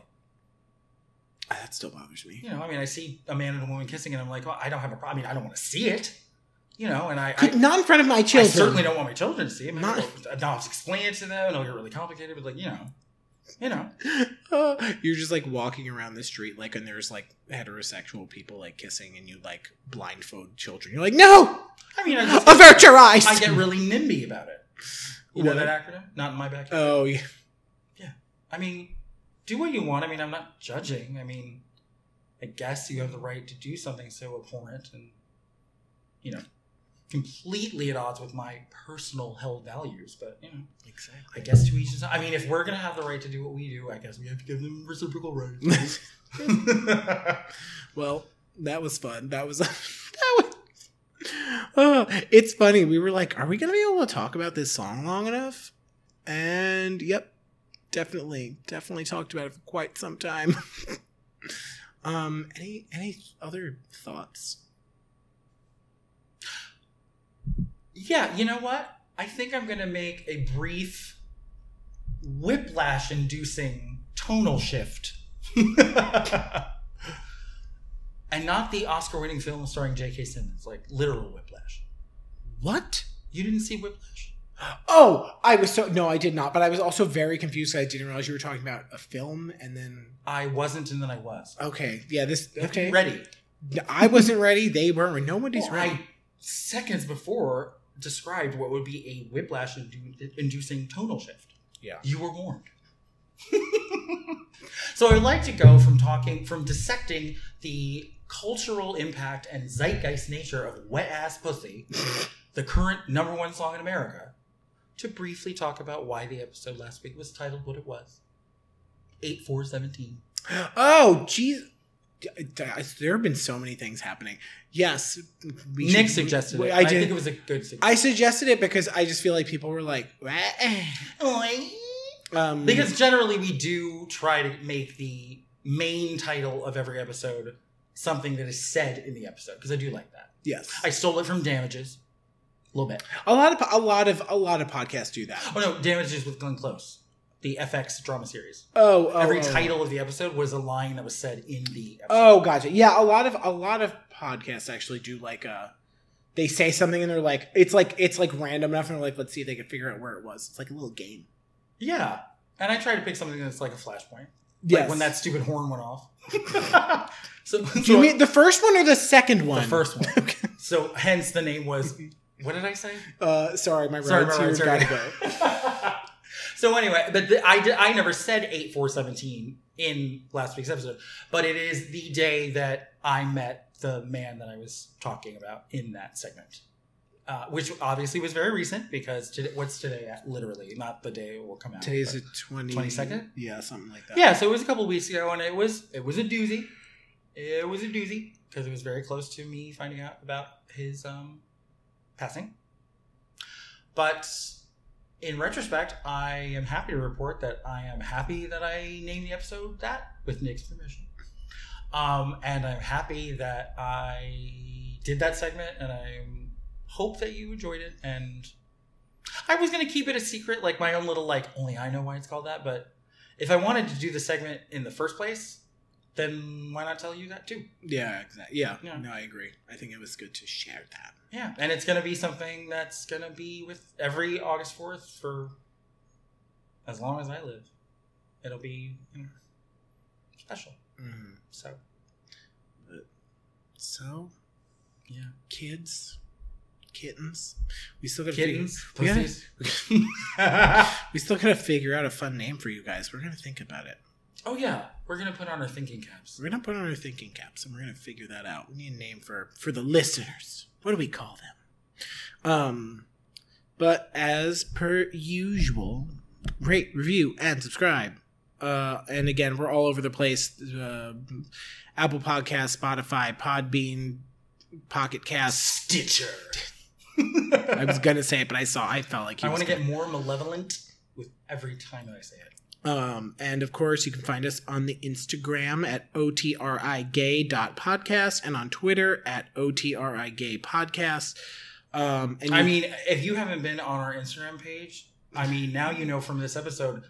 Speaker 2: that still bothers me.
Speaker 1: You know, I mean, I see a man and a woman kissing, and I'm like, well, I don't have a problem. I mean, I don't want to see it. You know, and I, I
Speaker 2: Could- Not in front of my children.
Speaker 1: I certainly don't want my children to see it.
Speaker 2: Not-
Speaker 1: Not, I'll explain it to them. It'll get really complicated, but like, you know, you know.
Speaker 2: Uh, you're just like walking around the street, like, and there's like heterosexual people like kissing, and you like blindfold children. You're like, no,
Speaker 1: I mean, I just
Speaker 2: avert your eyes.
Speaker 1: I get really NIMBY about it. You know
Speaker 2: What?
Speaker 1: that acronym? Not in my backyard.
Speaker 2: oh yeah.
Speaker 1: I mean, do what you want. I mean, I'm not judging. I mean, I guess you have the right to do something so abhorrent and, you know, completely at odds with my personal held values. But, you know,
Speaker 2: Exactly.
Speaker 1: I guess to each his own. I mean, if we're going to have the right to do what we do, I guess we have to give them reciprocal rights.
Speaker 2: Well, that was fun. That was that was. Oh, it's funny. We were like, "Are we gonna be able to talk about this song long enough?" And yep, definitely, definitely talked about it for quite some time. um, any any other thoughts?
Speaker 1: yeah, you know what? I think I'm going to make a brief whiplash inducing tonal shift. and not the Oscar winning film starring J.K. Simmons, like literal whiplash.
Speaker 2: What?
Speaker 1: You didn't see Whiplash?
Speaker 2: Oh, I was so no, I did not. But I was also very confused. I didn't realize you were talking about a film, and then
Speaker 1: I wasn't, and then I was.
Speaker 2: okay, yeah, this
Speaker 1: You have to be
Speaker 2: okay.
Speaker 1: Ready.
Speaker 2: I wasn't ready. They weren't. Nobody's
Speaker 1: Well,
Speaker 2: ready.
Speaker 1: I, seconds before, described what would be a whiplash indu- inducing tonal shift.
Speaker 2: Yeah.
Speaker 1: You were warned. so I'd like to go from talking, from dissecting the cultural impact and zeitgeist nature of Wet Ass Pussy, the current number one song in America, to briefly talk about why the episode last week was titled what it was 8417.
Speaker 2: Oh, geez. There have been so many things happening. Yes, we
Speaker 1: Nick
Speaker 2: should-
Speaker 1: suggested
Speaker 2: we-
Speaker 1: it.
Speaker 2: I
Speaker 1: I think
Speaker 2: did.
Speaker 1: it was a good suggestion.
Speaker 2: I suggested it because I just feel like people were like, "Wah." um,
Speaker 1: Because generally we do try to make the main title of every episode something that is said in the episode because I do like that.
Speaker 2: yes,
Speaker 1: I stole it from Damages a little bit.
Speaker 2: a lot of po- a lot of a lot of podcasts do that.
Speaker 1: Oh no, Damages with Glenn Close, the FX drama series.
Speaker 2: Oh, oh
Speaker 1: every
Speaker 2: oh.
Speaker 1: title of the episode was a line that was said in the episode.
Speaker 2: Oh, gotcha. Yeah, a lot of a lot of podcasts actually do like uh They say something and they're like, it's like it's like random enough, and they're like, let's see if they can figure out where it was. It's like a little game.
Speaker 1: Yeah. And I tried to pick something that's like a flashpoint.
Speaker 2: Yes.
Speaker 1: Like when that stupid horn went off. so,
Speaker 2: Do you mean the first one or the second one?
Speaker 1: the first one? So hence the name was. What did I say?
Speaker 2: Uh, sorry, my
Speaker 1: Sorry,
Speaker 2: round's
Speaker 1: my
Speaker 2: here.
Speaker 1: round's here.
Speaker 2: Gotta go.
Speaker 1: so anyway, but the, I did, I never said eight four seventeen in last week's episode, but it is the day that I met the man that I was talking about in that segment, uh, which obviously was very recent because today, what's today? At? Literally, not the day it will come out.
Speaker 2: Today's
Speaker 1: but-
Speaker 2: the 20,
Speaker 1: 22nd?
Speaker 2: Yeah, something like that.
Speaker 1: yeah. So it was a couple weeks ago, and it was it was a doozy. It was a doozy because it was very close to me finding out about his um, passing. But in retrospect, I am happy to report that I am happy that I named the episode that with Nick's permission. Um, and I'm happy that I did that segment, and I hope that you enjoyed it. And I was going to keep it a secret, like my own little, like, only I know why it's called that. But if I wanted to do the segment in the first place, then why not tell you that too?
Speaker 2: Yeah, exactly. Yeah.
Speaker 1: Yeah.
Speaker 2: No, I agree. I think it was good to share that.
Speaker 1: Yeah, and it's gonna be something that's gonna be with every August fourth for as long as I live. It'll be you know, special.
Speaker 2: Mhm.
Speaker 1: So
Speaker 2: So,
Speaker 1: yeah,
Speaker 2: kids, kittens, we still gotta
Speaker 1: kittens,
Speaker 2: we gotta-
Speaker 1: pussies.
Speaker 2: Figure, we still gotta figure out a fun name for you guys. We're gonna think about it.
Speaker 1: oh yeah, we're gonna put on our thinking caps.
Speaker 2: We're gonna put on our thinking caps and we're gonna figure that out. We need a name for for the listeners. What do we call them? Um, but as per usual, rate, review, and subscribe. Uh, and again, we're all over the place: uh, Apple Podcasts, Spotify, Podbean, Pocket Casts.
Speaker 1: Stitcher.
Speaker 2: I was gonna say it, but I saw. I felt like he
Speaker 1: I
Speaker 2: was
Speaker 1: want to
Speaker 2: gonna-
Speaker 1: get more malevolent with every time that I say it.
Speaker 2: Um, and of course, you can find us on the Instagram at otrigay.podcast and on Twitter at otrigaypodcast. Um, and
Speaker 1: I
Speaker 2: you-
Speaker 1: mean, if you haven't been on our Instagram page, I mean, now you know from this episode,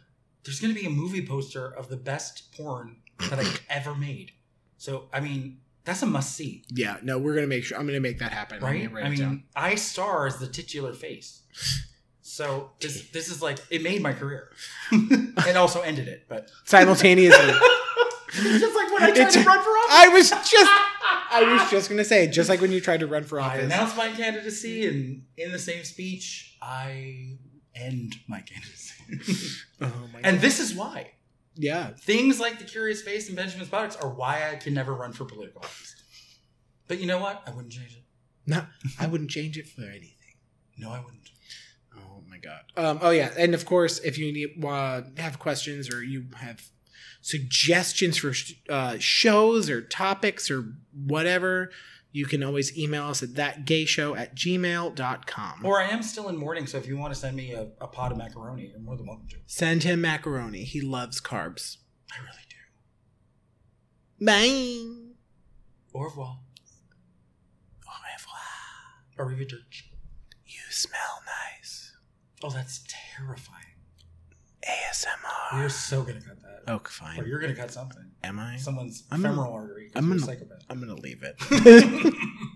Speaker 1: there's going to be a movie poster of the best porn that I've ever made. So, I mean, that's a must see,
Speaker 2: yeah, no, we're gonna make sure. I'm gonna make that happen. I'm
Speaker 1: right?
Speaker 2: gonna write
Speaker 1: I
Speaker 2: it down.
Speaker 1: mean, I star as the titular face. So this this is like it made my career, and also ended it. But
Speaker 2: simultaneously.
Speaker 1: it's just like when I tried
Speaker 2: It's-
Speaker 1: to run for office.
Speaker 2: I was just, I was just gonna say, just like when you tried to run for
Speaker 1: I
Speaker 2: office.
Speaker 1: announce my candidacy, and in the same speech, I end my candidacy.
Speaker 2: Oh my
Speaker 1: and this is why.
Speaker 2: yeah,
Speaker 1: Things like the Curious Face and Benjamin's Products are why I can never run for political office. But you know what? I wouldn't change it.
Speaker 2: I wouldn't change it for anything.
Speaker 1: No, I wouldn't.
Speaker 2: Oh my god. Um, oh yeah, and of course, if you need, uh, have questions or you have suggestions for sh- uh, shows or topics or whatever, you can always email us at thatgayshow at gmail.com. Or
Speaker 1: Or I am still in mourning, so if you want to send me a, a pot of macaroni, you're more than welcome to.
Speaker 2: send him macaroni. He loves carbs.
Speaker 1: I really do.
Speaker 2: Bye.
Speaker 1: Au revoir.
Speaker 2: Au revoir.
Speaker 1: Arrivederci.
Speaker 2: You smell nice.
Speaker 1: Oh, that's terrifying.
Speaker 2: ASMR.
Speaker 1: You're so going to cut that.
Speaker 2: Oh,
Speaker 1: Or
Speaker 2: fine.
Speaker 1: you're going to cut something.
Speaker 2: Am I?
Speaker 1: Someone's
Speaker 2: I'm
Speaker 1: femoral artery. 'cause
Speaker 2: I'm
Speaker 1: you're a
Speaker 2: gonna- I'm gonna leave it.
Speaker 1: psychopath.